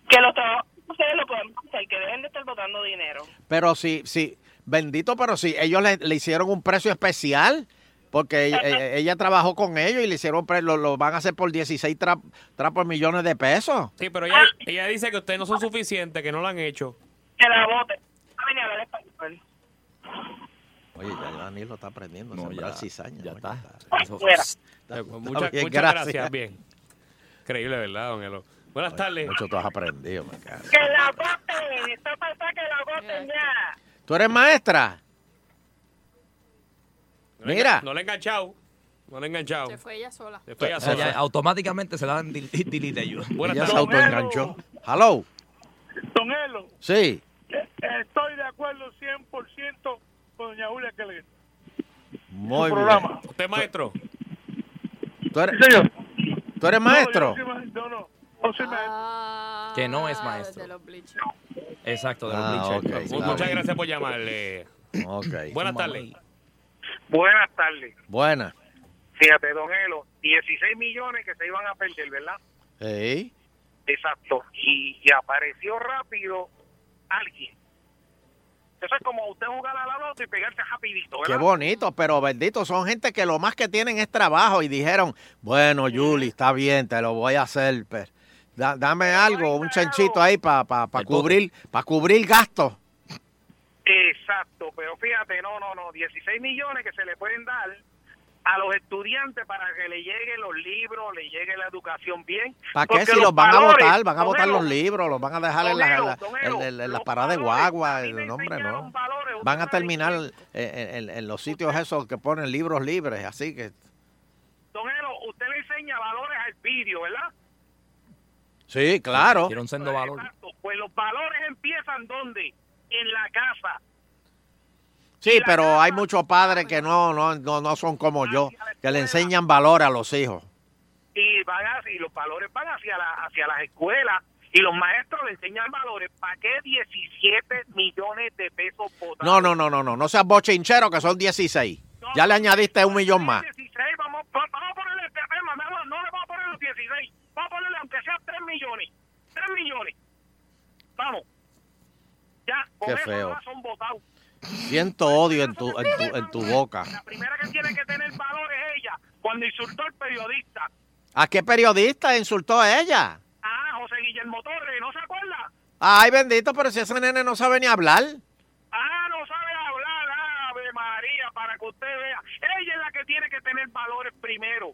K: Que los trabajos sociales lo podemos hacer, que dejen de estar votando dinero.
C: Pero sí, sí, bendito, pero sí, ellos le, le hicieron un precio especial porque *laughs* ella, eh, ella trabajó con ellos y le hicieron, pre- lo, lo van a hacer por 16 tra- trapos millones de pesos.
F: Sí, pero ella, ella dice que ustedes no son suficientes, que no lo han hecho.
K: Que la voten. No venía a hablar español.
C: Oye, ya Danilo está aprendiendo a sembrar cizaña. Ya está.
K: Fuera.
F: Muchas, Eh, muchas gracias. bien. Increíble, ¿verdad, don Elo? Buenas tardes.
C: Mucho tú has aprendido, me cago.
K: Que la voten. Está pasando que la voten ya.
C: ¿Tú eres maestra? Mira.
F: No le he enganchado. No le he enganchado.
H: Se fue ella sola.
F: Se
C: Pues,
F: fue ella
D: O sea,
F: sola.
D: ya automáticamente se le dan del- delete a ellos.
C: Ella se autoenganchó. Hello.
L: Don Elo,
C: Sí.
L: eh, estoy de acuerdo 100% con doña Julia Keller.
C: Muy
L: Su
C: bien.
L: programa.
F: ¿Usted es maestro?
C: ¿Tú eres,
L: señor.
C: ¿Tú eres maestro?
L: No, yo no soy maestro, no, no.
B: Oh,
L: No soy maestro.
D: Que no es maestro. Exacto, de los
C: Ah,
D: bleachers.
C: ok,
D: Entonces,
C: está
F: Pues, Muchas
C: bien.
F: gracias por llamarle.
C: Ok.
F: Buenas tardes.
L: Buenas tardes.
C: Buena.
L: Fíjate, don Elo, 16 millones que se iban a perder, ¿verdad?
C: Sí.
L: Exacto. Y, y apareció rápido alguien. Eso es como usted jugar a la lota y pegarse rapidito,
C: Qué
L: ¿verdad?
C: bonito, pero bendito, son gente que lo más que tienen es trabajo y dijeron, bueno, Yuli, está bien, te lo voy a hacer, pero da- dame algo, un chanchito ahí para cubrir, para cubrir gastos.
L: Exacto, pero fíjate, no, no, no, 16 millones que se le pueden dar a los estudiantes para que le lleguen los libros, le llegue la educación bien.
C: ¿Para qué?
L: Porque
C: Si los van a votar, van a votar los
L: valores,
C: libros, los van a dejar en
L: don
C: la, en
L: Elo,
C: la-
L: don
C: en-
L: Elo,
C: en- en las paradas de guagua, el nombre no. Van a terminar en, en- en los sitios esos que ponen libros libres, así que...
L: Don Elo, usted le enseña valores al vídeo, ¿verdad?
C: Sí, claro.
D: Quiero un sendo valor.
L: Pues los valores empiezan ¿dónde? En la casa.
C: Sí, pero hay muchos padres que no, no, no, no son como yo, que le enseñan valor a los hijos.
L: y van a- y los valores van hacia la, hacia las escuelas y los maestros le enseñan valores para qué 17 millones de pesos votados?
C: No, no, no, no, no, no seas bochinchero que son 16. Ya le añadiste un millón más.
L: 16, vamos, va- vamos a ponerle este tema, no, no, no le vamos a poner los 16, vamos a ponerle aunque sea 3 millones, 3 millones, vamos, ya,
C: Qué
L: eso
C: feo.
L: nada más son votados.
C: Siento odio en tu, en tu, en tu boca.
L: La primera que tiene que tener valor es ella, cuando insultó al periodista.
C: ¿A qué periodista insultó a ella?
L: Ah, José Guillermo Torres, ¿no se acuerda?
C: Ay, bendito, pero si ese nene no sabe ni hablar.
L: Ah, no sabe hablar, Ave María, para que usted vea. Ella es la que tiene que tener valores primero.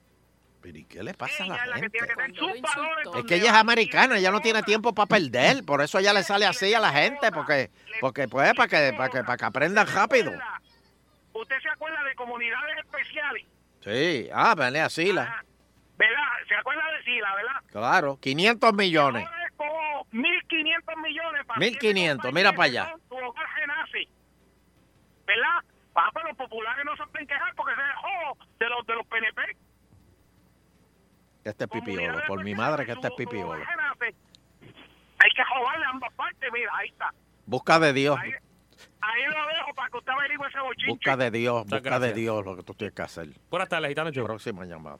C: Pero ¿y qué le pasa a la
L: Ella es la que
C: gente?
L: tiene que tener sus valores.
C: Es que ella es americana, ella no tiene tiempo para perder, por eso ella le sale así a la gente, porque, porque pues, para que, para que, para que aprendan rápido.
L: Usted se acuerda de comunidades especiales,
C: Sí, ah, vale, así la,
L: ¿verdad? Se acuerda de Sila, ¿verdad?
C: claro, 500 millones,
L: Es como 1.500 millones para
C: 1500, mira para allá.
L: tu hogar renace. ¿Verdad? Ah, pero los populares no se pueden quejar porque se dejó de los, de los PNP.
C: Este es pipiolo, por mi madre que este es pipiolo.
L: Renace. Hay que joderle a ambas partes, mira, ahí está.
C: Busca de Dios,
L: Ahí lo dejo para que usted averigüe ese bochinche.
C: busca de Dios, busca de
F: gracias.
C: Dios lo que tú tienes que hacer.
F: Buenas tardes, gitano Show.
C: Próxima llamada.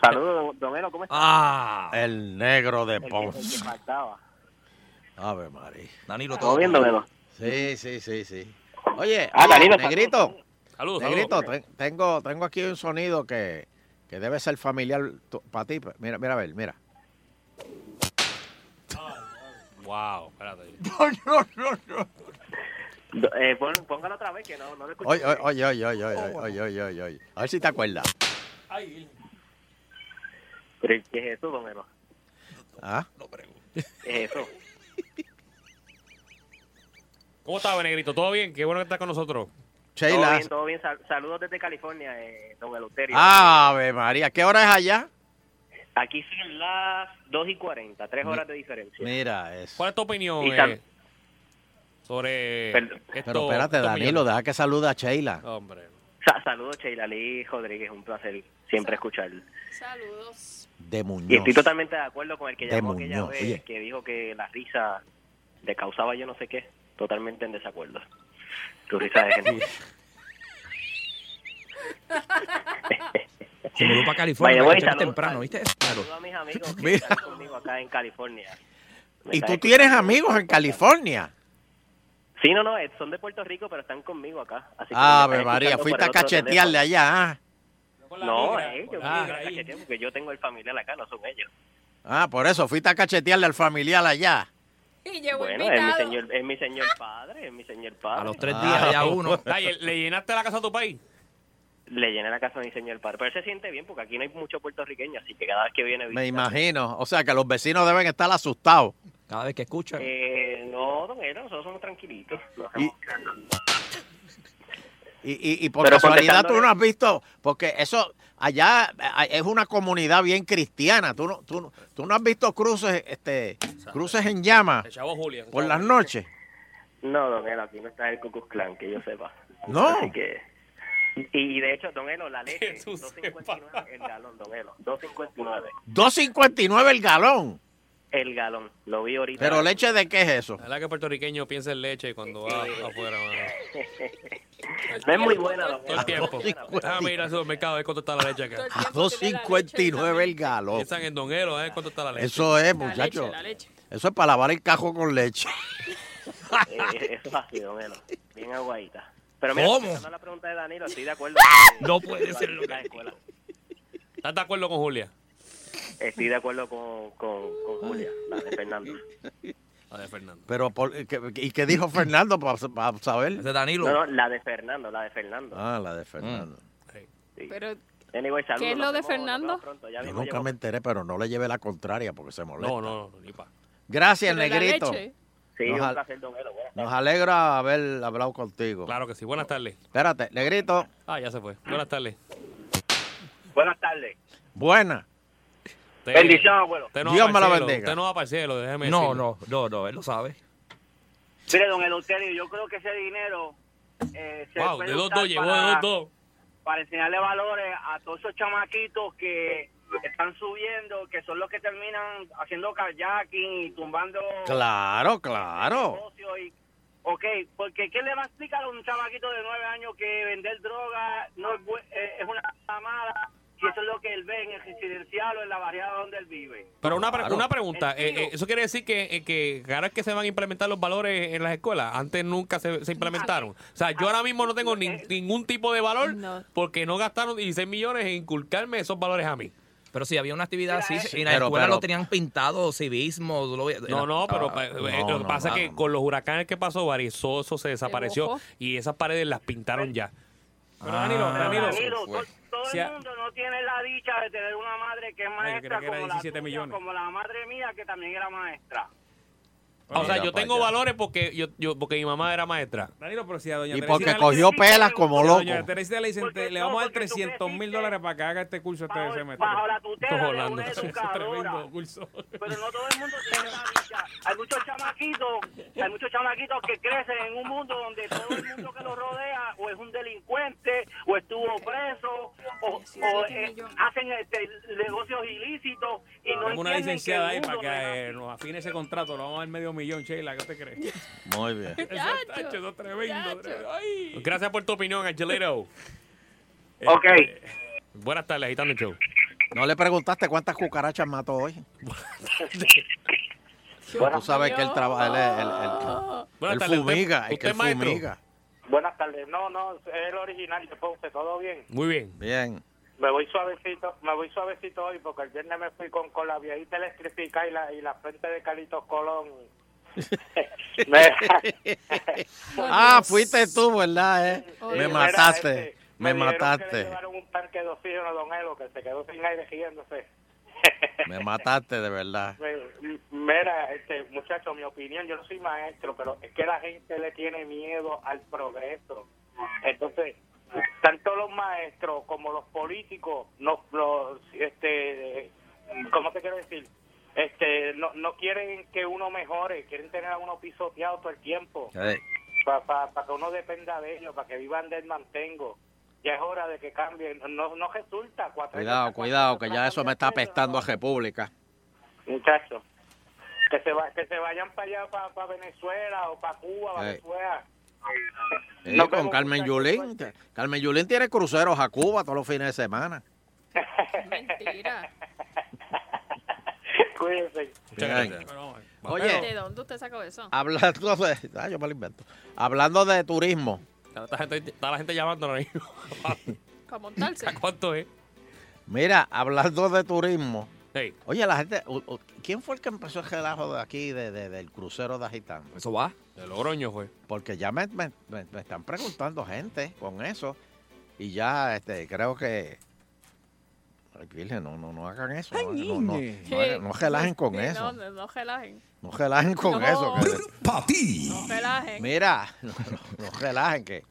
M: Saludos, Domeno, ¿cómo estás?
F: Ah,
C: el negro de Ponce.
M: faltaba.
C: Ave María.
E: Danilo,
M: ¿todo bien, Domeno?
C: Sí, sí, sí, sí. Oye,
M: Ah,
C: oye,
M: Danilo,
C: negrito.
F: Saludos,
C: Negrito,
F: saludos.
C: ten- tengo, tengo aquí un sonido que, que debe ser familiar para ti. Mira, mira, a ver, mira.
F: Wow, espérate.
M: Do- eh, pon- póngalo otra vez que no, no lo escuché.
C: Oye, oye, oye, oye, oye, oye, oye, oye, oye, oye. A ver si te acuerdas.
M: Pero, ¿Qué es eso, Domeno?
C: ¿Ah?
M: ¿Qué es *laughs* eso?
F: ¿Cómo estás, Negrito? ¿Todo bien? Qué bueno que estás con nosotros.
M: Todo
C: Sheila.
M: bien, todo bien. Sal- saludos desde California, eh, Don Eleuterio.
C: Ave María, ¿qué hora es allá?
M: Aquí son las 2 y 40, 3 horas de diferencia.
C: Mira eso.
F: ¿Cuál es tu opinión
M: Y sal-
F: eh, sobre esto?
C: Pero espérate,
F: estos
C: Danilo,
F: millones?
C: deja que saluda a Sheila.
F: Hombre.
M: Sa- saludos, Sheila Lee Rodríguez, un placer siempre escuchar.
H: Saludos.
C: De Muñoz.
M: Y estoy totalmente de acuerdo con el que
C: De
M: llamó aquella
C: Muñoz,
M: vez,
C: oye.
M: que dijo que la risa le causaba yo no sé qué. Totalmente en desacuerdo. Tu risa es genial.
E: Se mudó para
M: By
E: California,
M: the way,
E: escuchaste
M: saludo-
E: temprano, ¿viste? Claro.
M: Saludos a mis
C: *laughs*
M: amigos que
C: Mira.
M: están conmigo acá en California. Me
C: Y
M: están
C: tú tienes
M: escuchando.
C: amigos en California.
M: Sí, no, no, eh, son de Puerto Rico, pero están conmigo acá. Así que me
C: Ah, Ave
M: están
C: María,
M: escuchando
C: fuiste
M: por
C: a
M: el otro
C: cachetearle
M: teléfono.
C: allá. ¿ah?
M: No, eh, yo
F: Ah,
M: fui a cachetear porque yo tengo el familiar acá, no son ellos.
C: Ah, por eso, fuiste a cachetearle al familiar allá.
H: Y llegó
M: Bueno, es mi
H: invitado.
M: señor, es mi señor padre, es mi señor padre.
E: A los tres
C: Ah.
E: días ya
C: *laughs*
E: uno.
F: Dale, ¿Le llenaste la casa a tu país?
M: Le llené la casa a mi señor padre. Pero él se siente bien porque aquí no hay mucho puertorriqueño, así que cada vez que viene...
C: Me imagino. O sea, que los vecinos deben estar asustados.
E: Cada vez que escuchan.
M: Eh, no, don Elo, nosotros somos tranquilitos. Nos hacemos caso.
C: Y, y, y por
M: Pero
C: casualidad tú
M: contestándole-
C: no has visto, porque eso allá eh, es una comunidad bien cristiana. Tú no, tú, no- tú no has visto cruces, este, cruces en llamas
F: El chavo Julia.
C: por las noches.
M: No, don Elo, aquí no está el Cucuz Clan, que yo sepa.
C: No.
M: Así que... Y de hecho, don Elo, la
E: *laughs*
M: leche, 2.59 el galón, don Elo, 2.59
C: 2.59 el galón.
M: el galón. Lo vi ahorita.
C: Pero leche de qué es eso?
F: La verdad que puertorriqueño piensa en leche cuando va afuera. mano.
M: *laughs* No es muy buena, don
F: Todo el
M: Elo.
F: tiempo. Déjame ir al supermercado a ver cuánto está la leche acá.
C: 2.59 el galón.
F: Piensan en Don Elo, a ver cuánto está la leche.
C: Eso es, muchachos. Eso es para lavar el cajo con leche. *laughs*
M: Eh, eso es así, don Elo. Bien aguadita. Pero mira,
F: ¿Cómo? ¡Ah!
M: contestando a la pregunta de Danilo, estoy de acuerdo.
F: No puede ser lo que-
M: La escuela.
F: ¿Estás de acuerdo con Julia?
M: Estoy de acuerdo con, con, con Julia, la de Fernando.
F: *laughs* La de Fernando.
C: Pero, por- ¿qué- ¿y qué
F: *laughs*
C: dijo Fernando para saber?
M: No, no, la de Fernando, la de Fernando.
C: Ah, la de
F: Mm.
C: Fernando.
M: Sí.
H: Pero,
M: Anyway, saludos,
H: ¿qué es
M: nos
H: lo de
M: vemos- nos
H: Fernando?
M: vemos pronto, ya
C: Yo
M: mismo
C: nunca
M: llego.
C: me enteré, pero no le llevé la contraria porque se molesta.
F: No, no, no, ni pa.
C: Gracias,
H: Pero la
C: negrito.
H: leche.
M: Sí,
C: Nos
M: un
C: al-
M: placer, don Elo. buenas
C: Nos alegra haber hablado contigo.
F: Claro que sí. Buenas tardes.
C: Espérate, negrito.
F: Ah, ya se fue. Buenas tardes.
M: tardes. Buenas tardes.
C: Buena.
F: Te-
M: Bendición, abuelo.
F: te no
C: Dios
F: va
C: me la
F: pa'l cielo,
C: bendiga.
F: Te no va para el cielo, déjeme
E: No,
F: decirlo.
E: no, no, no, él lo sabe.
M: Mire, don Eleuterio, yo creo que ese dinero eh, se
F: Wow,
M: puede
F: de dos,
M: usar
F: dos, llegó de
M: para-
F: dos, dos.
M: para enseñarle valores a todos esos chamaquitos que están subiendo, que son los que terminan haciendo kayaking y tumbando
C: Claro, claro.
M: negocios. Y, ok, porque ¿qué le va a explicar a un chamaquito de nueve años que vender droga no es, bu- eh, es una mala
N: si eso es lo que él ve en el residencial o en la barriada donde él vive.
F: Pero una, pre-
N: Claro.
F: una pregunta, eh, eh, ¿eso quiere decir que, eh, que ahora es que se van a implementar los valores en las escuelas? Antes nunca se, se implementaron. O sea, yo ahora mismo no tengo nin- ningún tipo de valor porque no gastaron 16 millones en inculcarme esos valores a mí.
D: Pero si había una actividad así,
F: Sí,
D: en la
F: pero-
D: escuela
F: pero-
D: lo tenían pintado, civismo. lo- Ah,
F: No, no, pero pa- eh, lo que pasa es que con los huracanes que pasó, Varizoso se desapareció
D: mojó.
F: y esas paredes las pintaron ya.
D: Ah.
B: Pero
N: Ah,
B: Danilo, Danilo,
N: Todo
B: si
N: el
B: a-
N: mundo no tiene la dicha de tener una madre que es
B: Ay, yo creía
N: maestra
B: que era
N: como la,
B: 17 millones.
N: como la madre mía que también era maestra.
F: o sea,
B: Mira
F: yo
B: pa'
F: tengo
B: allá.
F: valores porque yo, yo porque mi mamá era maestra.
B: Danilo, pero si a doña
F: Y
B: Teresita
F: porque
B: le-
F: cogió pelas como
B: Si a Doña
F: loco.
B: Teresita le dicen, te- le vamos a dar 300 mil dólares para que haga este curso este semestre.
N: bajo la tutela de una
B: Volando. Eso es tremendo
N: educadora.
B: curso. *laughs*
N: Pero no todo el mundo tiene la dicha. Hay muchos chamaquitos, hay muchos chamaquitos que crecen en un mundo donde todo el mundo que los rodea o es un delincuente o estuvo preso o, o, eh, hacen este, negocios ilícitos y no
B: Tengo una
N: entienden que el
B: licenciada ahí para
N: mundo no es
B: que eh, nos afine ese contrato. Le vamos a dar medio millón, Sheila. ¿Qué usted cree?
N: *laughs*
C: Muy bien.
B: Eso es tacho, eso es tremendo. tremendo. *laughs* Ay.
F: Gracias por tu opinión, Angelito. Este,
N: Ok.
F: Buenas tardes, Agitando el Show.
C: No le preguntaste cuántas cucarachas mató hoy. Tú sabes que él trabaja, él, es- él- él-
F: Buenas
C: él
F: tardes, usted-
C: fumiga, es
F: usted
C: que él
F: es maestro.
C: fumiga.
N: Buenas tardes. No, no, es el original de Ponce. ¿Todo bien?
F: Muy bien.
C: Bien.
N: Me voy suavecito, me voy suavecito hoy porque el viernes me fui con, con la viejita electrificada y la, y la frente de Carlitos Colón. Me- *laughs*
C: ah, fuiste tú, ¿verdad? eh?
N: pues, Sí,
C: Me
N: era
C: mataste,
N: este,
C: me
N: dijeron que le
C: mataste,
N: llevaron un tanque de oxígeno a Don Elo que se quedó sin aire girándose.
C: me mataste de verdad.
N: *laughs* Me- Mira, este, muchacho, mi opinión, yo no soy maestro, pero es que la gente le tiene miedo al progreso. Entonces, tanto los maestros como los políticos, no, los, este, ¿cómo te quiero decir? Este, no, no quieren que uno mejore, quieren tener a uno pisoteado todo el tiempo para que uno dependa de ellos, para que vivan del mantengo. Ya es hora de que cambien. No, no resulta. Cuatro
C: Cuidado, cuidado, que ya eso me está apestando a República.
N: Muchachos. Que se, va- que se vayan para allá, para Venezuela o para Cuba,
C: Ey.
N: Venezuela.
C: Sí, Eh, con Carmen Yulín. Carmen Yulín tiene cruceros a Cuba todos los fines de semana.
H: Mentira.
M: *laughs*
N: Cuídense.
C: Bien. Oye.
N: Este,
H: ¿De dónde usted sacó eso?
C: Hablando de. *laughs* Ah, yo me lo invento. Hablando de turismo.
F: Está, la gente- está la gente llamando ahora mismo.
H: Para montarse.
F: ¿Cuánto es?
C: Mira, hablando de turismo.
F: Sí.
C: Oye, la gente. u- u- ¿Quién fue el que empezó el relajo de aquí, de, de- del crucero de Agitando?
D: Eso va.
F: De Logroño fue.
C: Porque ya me, me- me- me están preguntando gente con eso. Y ya, este, creo que. Ay, Virgen, no, no, no hagan eso. No, no, no,
H: *laughs*
C: no hagan- no relajen con
H: Sí, No,
C: eso.
H: no, no relajen.
C: No relajen con
H: No.
C: eso.
O: ¡Para ti!
H: No relajen.
C: Mira, *laughs* no, no- no relajen que.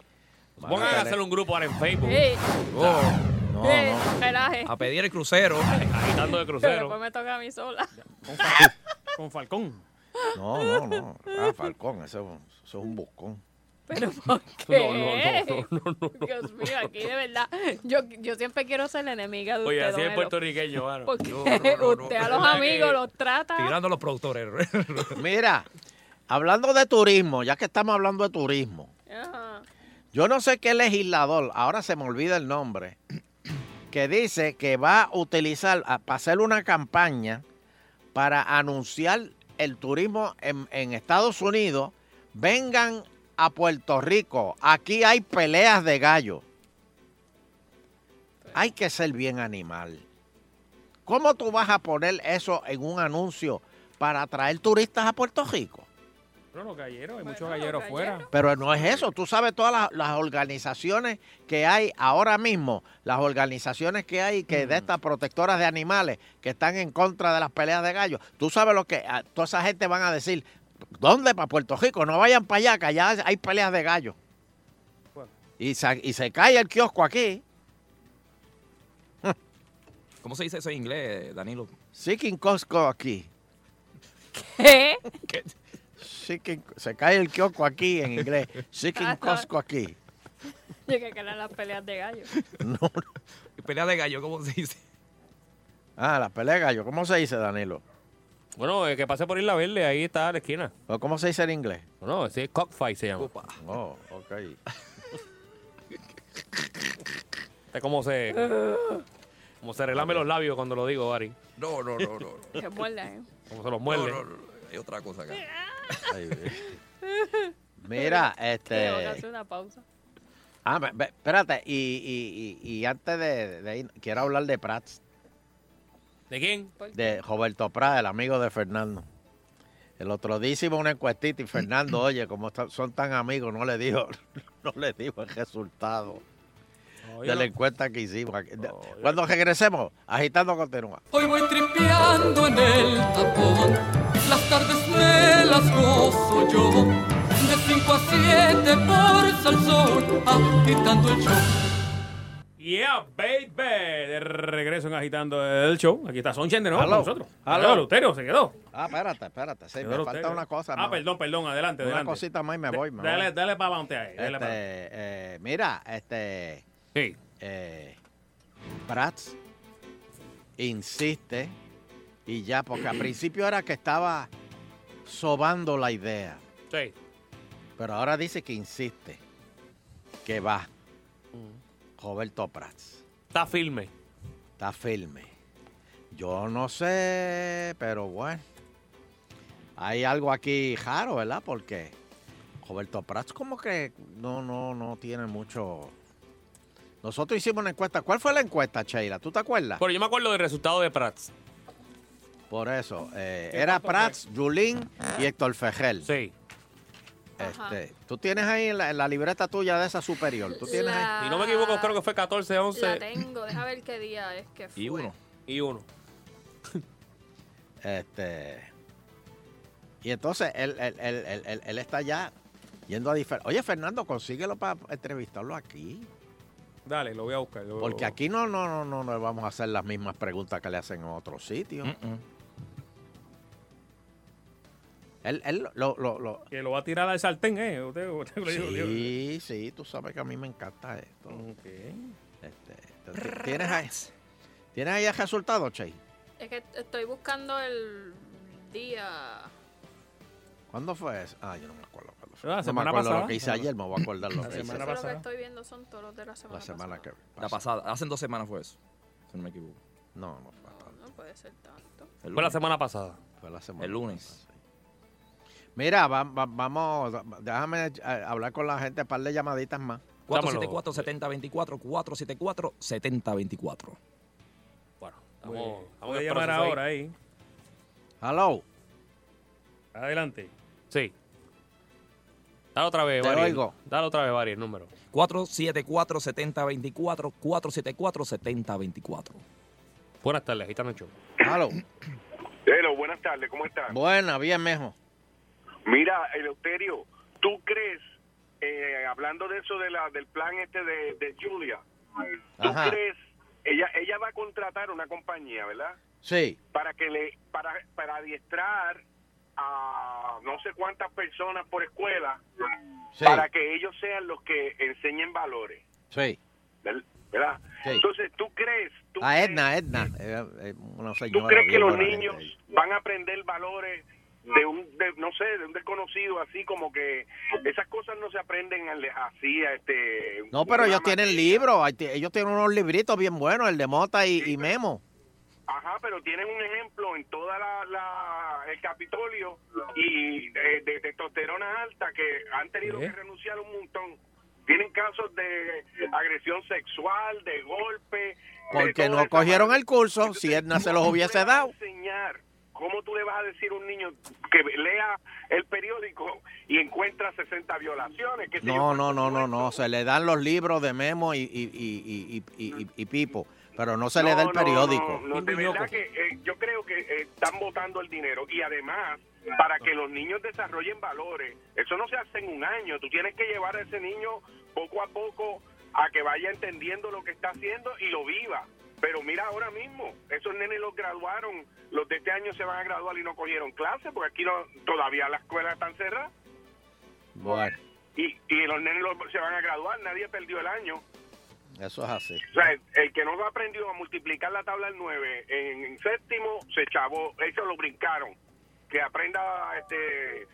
F: Pongan a hacer un grupo ahora en Facebook.
H: Sí,
C: No,
H: sí, relajen.
D: A pedir el crucero.
F: Agitando de
H: Pero después me toca a mí
F: *laughs*
H: sola.
B: *laughs* Con Falcón.
C: No, no, no. Ah, Falcón, ese es un- eso es un buscón.
H: Pero ¿por qué? Dios mío, aquí de verdad. Yo, yo siempre quiero ser la enemiga de
F: Oye,
H: usted.
F: así
H: don
F: es
H: Elo.
F: puertorriqueño, mano.
H: Porque
F: No, no, no, no.
H: usted a los amigos los trata.
D: Tirando a los productores.
C: *laughs* Mira, hablando de turismo, ya que estamos hablando de turismo,
H: Ajá.
C: yo no sé qué legislador, ahora se me olvida el nombre, *clears throat* que dice que va a utilizar, a- para hacer una campaña para anunciar el turismo en, en Estados Unidos, vengan a Puerto Rico, aquí hay peleas de gallo. Hay que ser bien animal. ¿Cómo tú vas a poner eso en un anuncio para atraer turistas a Puerto Rico?
B: Pero los galleros, hay muchos galleros afuera.
C: Pero no es eso. Tú sabes todas las, las organizaciones que hay ahora mismo, las organizaciones que hay que de estas protectoras de animales que están en contra de las peleas de gallos. Tú sabes lo que ah, toda esa gente van a decir. ¿Dónde? Para Puerto Rico. No vayan para allá, que allá hay peleas de gallos. Y se, y se cae el kiosco aquí.
D: ¿Cómo se dice eso en inglés, Danilo?
C: Seeking Costco aquí.
H: ¿Qué?
C: Seeking- se cae el kiosco aquí en inglés. Seeking Costco aquí.
H: Llegué que eran las peleas de
F: *laughs*
H: gallo.
C: No.
D: Pelea de gallo, ¿cómo se dice?
C: Ah, las peleas de gallos. ¿Cómo se dice, Danilo?
F: Bueno, eh, que pase por Isla Verde, ahí está la esquina.
C: ¿O ¿Cómo se dice en inglés?
F: No, ese es Cockfight se llama.
C: Oh, ok.
F: Este es como se. Como se relame los labios cuando lo digo, Ari.
P: No, no, no, no. no.
H: Se muerda, ¿eh?
F: Como se los muerde.
P: No, no, no, no. Hay otra cosa acá.
C: Mira,
H: Tengo que
C: este.
H: hacer una pausa.
C: Ah, ve- ve- espérate, y, y- y- y antes de, de ir, quiero hablar de Prats,
F: ¿De quién?
C: de Roberto Prats, el amigo de Fernando. El otro día hicimos una encuestita y
B: *clears throat*
C: Fernando, oye, como está- son tan amigos, no le dijo, *laughs* no le dijo el resultado de la encuesta que hicimos. aquí. De- Cuando regresemos, agitando continúa.
A: Hoy voy tripeando en el tapón, las tardes me las gozo yo, de 5 a 7 por Salsón, agitando el show.
B: Yeah, baby. De regreso en Agitando el Show. Aquí está Sonchen de nuevo
C: Aló.
B: con nosotros.
C: Aló.
B: Aló, Luterio, se quedó.
C: Ah, espérate, espérate. Sí,
B: Se
C: me
B: quedó
C: falta
B: Luterio.
C: una cosa.
B: Ah,
C: ¿no?
B: perdón, perdón. Adelante,
C: Una
B: adelante.
C: cosita más y me voy, me voy.
B: Dale, dale para adelante ahí. Dale
C: Este,
B: pa' adelante.
C: eh, mira, este. eh,
F: Sí.
C: Prats insiste y ya, porque al principio era que estaba sobando la idea,
F: Sí.
C: pero ahora dice que insiste, que va.
B: Mm.
C: Roberto Prats
F: Está firme.
C: está firme. Yo no sé, pero bueno. Hay algo aquí raro, ¿verdad? Porque Roberto Prats como que no, no, no tiene mucho. Nosotros hicimos una encuesta. ¿Cuál fue la encuesta, Sheila? ¿Tú te acuerdas?
F: Pero yo me acuerdo del resultado de Prats.
C: Por eso. eh,
F: ¿Qué
C: era
F: voto fue?
C: Prats, Yulín y Héctor Fejel.
F: Sí.
C: Este, tú tienes ahí en la, en la libreta tuya de esa superior. Tú tienes
H: La-
C: ahí?
F: Si no me equivoco, creo que fue 14,
H: La
F: 11
H: tengo, deja ver qué día es que fue.
F: y 1. Y 1.
C: *laughs* Este. Y entonces él, él, él, él, él- él está ya yendo a diferentes. Oye, Fernando, consíguelo para entrevistarlo aquí.
F: Dale, lo voy a buscar.
B: Oh.
F: lo-
C: Porque aquí no, no, no, no, no vamos a hacer las mismas preguntas que le hacen en otros sitios.
B: Mm.
C: Él, él lo, lo, lo-
B: Que lo va a tirar al sartén, ¿eh? Usted, usted lo dijo, dijo.
C: Sí, sí, tú sabes que a mí me encanta esto. Este, t- ¿Tienes ahí, ¿Tienes ahí el resultado, Che?
H: Es que estoy buscando el día.
C: ¿Cuándo fue eso? Ah, yo no me acuerdo. cuándo fue.
B: La
C: No me
B: semana
C: acuerdo lo
B: pasada.
C: que hice ayer, me voy a acordar lo
D: La
C: que hice.
D: semana
H: Eso lo que estoy viendo son todos los de la semana.
C: La semana que
D: La pasada, hace dos semanas fue eso, si no me equivoco.
C: No, no fue.
H: pasada. No puede ser tanto.
F: Fue la semana pasada.
C: Fue la semana.
D: El lunes.
C: Mira, va- va- vamos, déjame eh, hablar con la gente, un par de llamaditas más.
D: 474-7024, 474-7024.
F: Vamos,
B: Voy a llamar ahora ahí.
C: Hello.
B: Adelante.
F: Sí. Dale otra vez,
D: Te
F: Barry.
D: oigo.
F: Dale otra vez, Barry, el número.
D: 474-7024, 474-7024.
F: Buenas tardes, agitando el show.
C: Hello.
J: Hello, buenas tardes, ¿cómo estás?
C: Buena, bien, mejor.
J: Mira, Eleuterio, ¿tú crees, eh, hablando de eso de la, del plan este de, de Julia, ¿tú
C: Ajá.
J: crees, ella, ella va a contratar una compañía, ¿verdad?
C: Sí.
J: Para que le, para, para adiestrar a no sé cuántas personas por escuela,
C: Sí.
J: para que ellos sean los que enseñen valores,
C: Sí.
J: ¿verdad?
C: Sí.
J: Entonces, ¿tú crees, tú
C: A Edna, Edna. eh, eh, una
J: ¿Tú
C: señora
J: crees
C: bien
J: que los
C: buena gente
J: niños
C: ahí.
J: van a aprender valores de un, de, no sé, de un desconocido así como que esas cosas no se aprenden al- así, a este.
C: No, pero ellos tienen libros, hay- ellos tienen unos libritos bien buenos, el de Mota y, y Memo.
J: Ajá, pero tienen un ejemplo en toda la, la- el Capitolio y de, de testosterona alta que han tenido
C: ¿Eh?
J: que renunciar un montón. Tienen casos de agresión sexual, de golpe.
C: Porque no cogieron el curso, si Edna se los hubiese dado.
J: enseñar. ¿Cómo tú le vas a decir a un niño que lea el periódico y encuentra 60 violaciones? Que
C: No, no, no, no, no, se le dan los libros de Memo y, y, y- y- y- y- y Pipo, pero no se le da el periódico.
J: No, de verdad que eh, yo creo que eh, están botando el dinero y además para que los niños desarrollen valores, eso no se hace en un año, tú tienes que llevar a ese niño poco a poco a que vaya entendiendo lo que está haciendo y lo viva. Pero mira ahora mismo, esos nenes los graduaron, los de este año se van a graduar y no cogieron clases porque aquí no, todavía las escuelas están cerradas
C: Bueno,
J: y, y los nenes los- se van a graduar, nadie perdió el año.
C: eso es así.
J: O sea, el, el que no aprendió a multiplicar la tabla al 9 en, en séptimo, se chavó, eso lo brincaron. Que aprenda este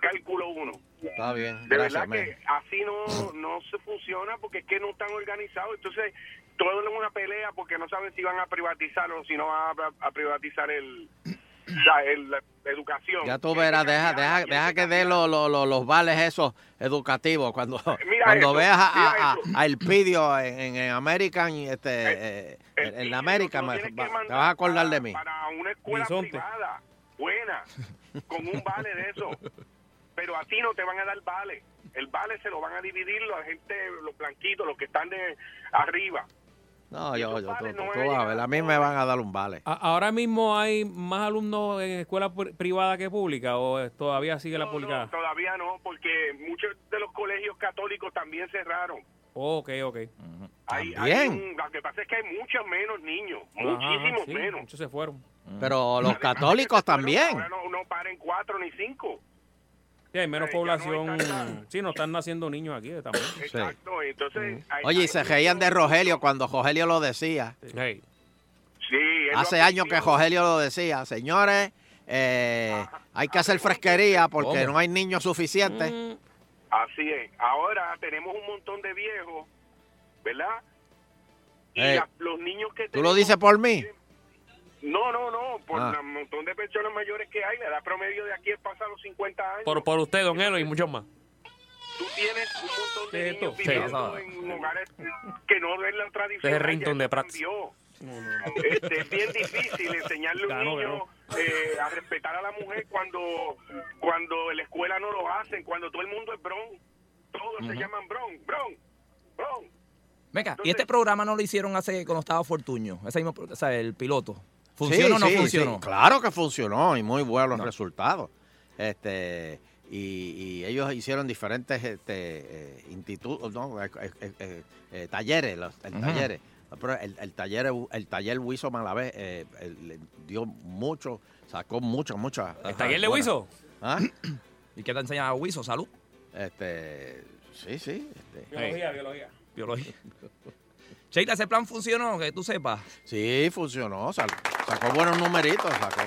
J: cálculo 1.
C: Está bien,
J: De
C: gracias,
J: verdad que
C: Memo.
J: así no, no se funciona porque es que no están organizados. Entonces, todo es una pelea porque no saben si van a privatizar o si no van a, a privatizar el, la, el- la educación.
C: Ya tú verás, deja, deja, deja que dé lo- lo- lo- los vales esos educativos. Cuando, *laughs* cuando
J: Eh, eso,
C: veas a,
J: mira
C: a- a- a Elpidio en, en- en American, este, eh, en la American, me- va- te vas a acordar de mí.
J: A una escuela privada, buena, con un vale de eso. Pero a ti no te van a dar vale. El vale se lo van a dividir la gente, los blanquitos, los que están de arriba.
C: No, yo, yo, tú, tú- tú vas a ver, a mí me van a dar un vale.
B: A- ¿Ahora mismo hay más alumnos en escuela pri- privada que pública o eh, todavía sigue la pública?
J: Todavía no, porque muchos de los colegios católicos también cerraron.
B: Ok, ok.
C: Mm-hmm.
J: Hay- hay un- lo que pasa es que hay muchos menos niños,
B: Ajá,
J: muchísimos
B: sí,
J: menos.
B: Muchos se fueron.
C: Pero los católicos también.
J: Cuatro ni cinco.
B: Sí, hay menos población. sí, no están naciendo niños aquí eh, también.
J: Exacto, entonces... hay-
C: Oye, y
J: hay-
C: se reían de Rogelio cuando Rogelio lo decía.
J: Sí,
C: Hace años que Rogelio lo decía, señores, eh, hay que hacer fresquería porque
J: ¿Cómo?
C: no hay niños suficientes.
B: Mm.
J: Así es. Ahora tenemos un montón de viejos, ¿verdad? Y
C: Eh,
J: la- los niños que
C: ¿Tú lo
J: tenemos-
C: dices por mí?
J: No, no, no. Por
C: Ah.
J: la- un montón de personas mayores que hay, la edad promedio de aquí es pasar los 50 años.
F: Por, por usted, don Elo, y muchos más.
J: Tú tienes un montón de niños
F: Sí.
J: viviendo en lugares que no es la
F: Este es
J: tradición.
F: el ringtone de Prats.
J: Este, es bien difícil enseñarle a un
F: Ganó,
J: niño
F: ganó.
J: eh, a respetar a la mujer cuando cuando en la escuela no lo hacen, cuando todo el mundo es bron. Todos se
D: Ujú.
J: llaman bron, bron, bron.
D: Venga, y este programa no lo hicieron hace cuando estaba Fortuño, ese mismo, pro- o sea, el piloto.
C: Sí,
D: ¿Funcionó o no
C: sí, sí,
D: funcionó?
C: claro que funcionó y muy buenos los resultados. Este, y, y ellos hicieron diferentes este, institutos, eh, talleres, los, el
D: Ujú.
C: talleres. Pero el, el taller el taller Wiso Malavé eh, eh, le dio mucho, sacó mucho, muchas.
D: ¿El taller de Wiso?
C: ¿Ah? ¿Y qué te enseñaba Wiso? Salud. Este, sí, sí. este.
B: Biología, biología.
D: *laughs* Biología. Cheita, ese plan funcionó, que tú sepas.
C: Sí, funcionó, sal- sacó buenos numeritos, sacó.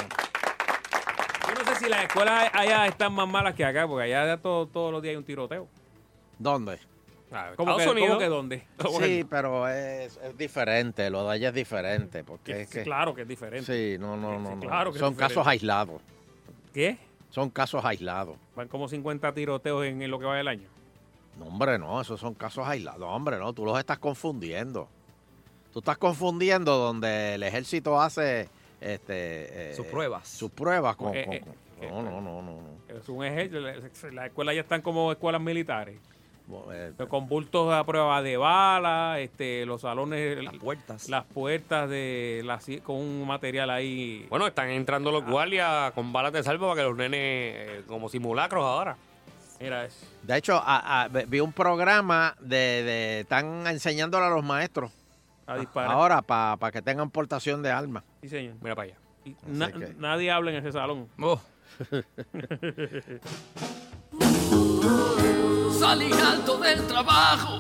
B: Yo no sé si las escuelas allá están más malas que acá, porque allá todo- todos los días hay un tiroteo.
C: ¿Dónde?
B: ¿Cómo que, ¿Cómo que *laughs* dónde?
C: Sí, pero es, es diferente, lo de allá es diferente. Porque es
B: Sí,
C: que,
B: claro que es diferente.
C: Sí, no, no, no.
B: sí,
C: no.
B: claro que es
C: Son
B: diferente.
C: casos aislados.
B: ¿Qué?
C: Son casos aislados.
B: Van como 50 tiroteos en, en lo que va del año.
C: No, hombre, no, esos son casos aislados. Hombre, no, tú los estás confundiendo. Tú estás confundiendo donde el ejército hace este, eh,
B: Sus pruebas.
C: Sus pruebas con.
B: Eh,
C: con-
B: eh,
C: con- no, no, no, no, no.
B: Es un ejército. la- Las escuelas ya están como escuelas militares.
C: eh,
B: Pero con bultos a prueba de bala, este, los salones, las
D: puertas,
B: las puertas de las con un material ahí.
F: Bueno, están entrando los guardias con balas de salvo para que los nenes, eh, como simulacros ahora.
B: Mira eso.
C: De hecho, a- a- vi un programa de, de- Están enseñándole a los maestros.
B: A disparar.
C: Ahora, para que tengan portación de armas.
B: Sí, señor.
F: Mira para allá.
B: Y na-
C: que-
B: Nadie habla en ese salón.
F: Oh.
A: Salí alto del trabajo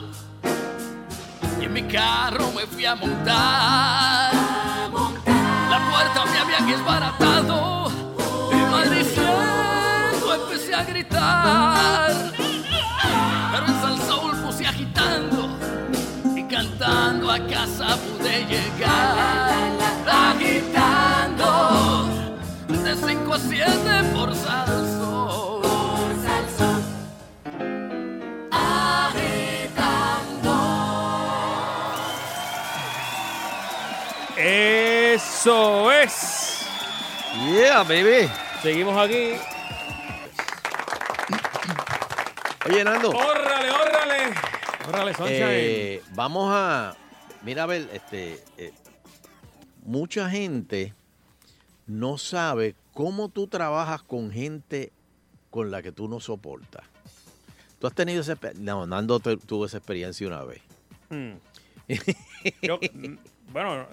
A: y en mi carro me fui a montar. La puerta me habían desbaratado y maldiciendo empecé a gritar. Pero en salsoul puse agitando y cantando a casa pude llegar. Agitando de 5 a 7 por salsoul. Por salsoul.
B: *laughs* Eso es.
C: Yeah, baby.
B: Seguimos aquí.
C: Oye, Nando.
B: ¡Órale, órale! ¡Órale, Sunshine!
C: Eh, vamos a. Mira, a ver, este. eh, mucha gente no sabe cómo tú trabajas con gente con la que tú no soportas. Tú has tenido esa experiencia. No, Nando tu- tuvo esa experiencia una vez.
B: Hmm. Yo- mm, bueno,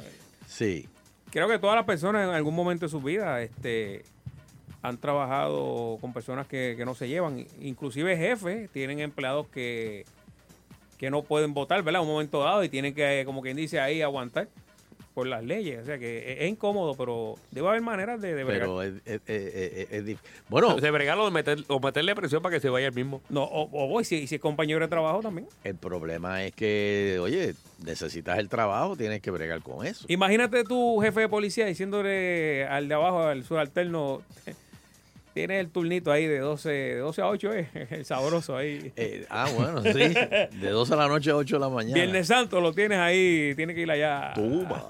C: Sí.
B: creo que todas las personas en algún momento de su vida este, han trabajado con personas que, que no se llevan. Inclusive jefes tienen empleados que, eh, que no pueden votar, ¿verdad? En un momento dado y tienen que, como quien dice, ahí aguantar. por las leyes. O sea que e, es, es incómodo, pero debe haber maneras de, de bregar.
F: Pero
C: es,
F: Bueno. De bregarlo o, meter- o meterle presión para que se vaya el mismo.
B: No, o, o voy, si, si es compañero de trabajo también.
C: El problema es que, oye, necesitas el trabajo, tienes que bregar con eso.
B: Imagínate tu jefe de policía diciéndole al de abajo, al subalterno, *laughs* tienes el turnito ahí de 12, de 12 a 8, eh, *laughs* el sabroso ahí.
C: ah, Bueno,
B: *laughs*
C: sí, *laughs* de 12 de la noche a 8 de la mañana.
B: Viernes Santo lo tienes ahí, tienes que ir allá.
C: Toma.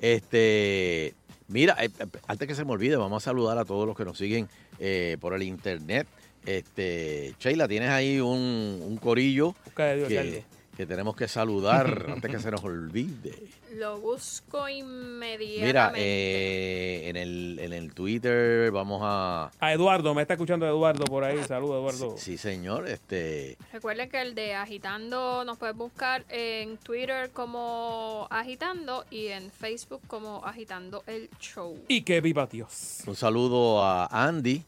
C: Este, mira, eh, eh, antes que se me olvide, vamos a saludar a todos los que nos siguen eh, por el internet. Este, Sheila, tienes ahí un, un corillo
B: Busca de Dios,
C: que,
B: Charlie.
C: que tenemos que saludar *laughs* antes que se nos olvide.
H: Lo busco inmediatamente.
C: Mira, eh, en, el, en el Twitter vamos a...
B: A Eduardo, me está escuchando Eduardo por ahí. Saludos, Eduardo.
C: Sí, señor, este...
H: Recuerden que el de Agitando nos puedes buscar en Twitter como Agitando y en Facebook como Agitando el Show.
B: Y que viva Dios.
C: Un saludo a Andy,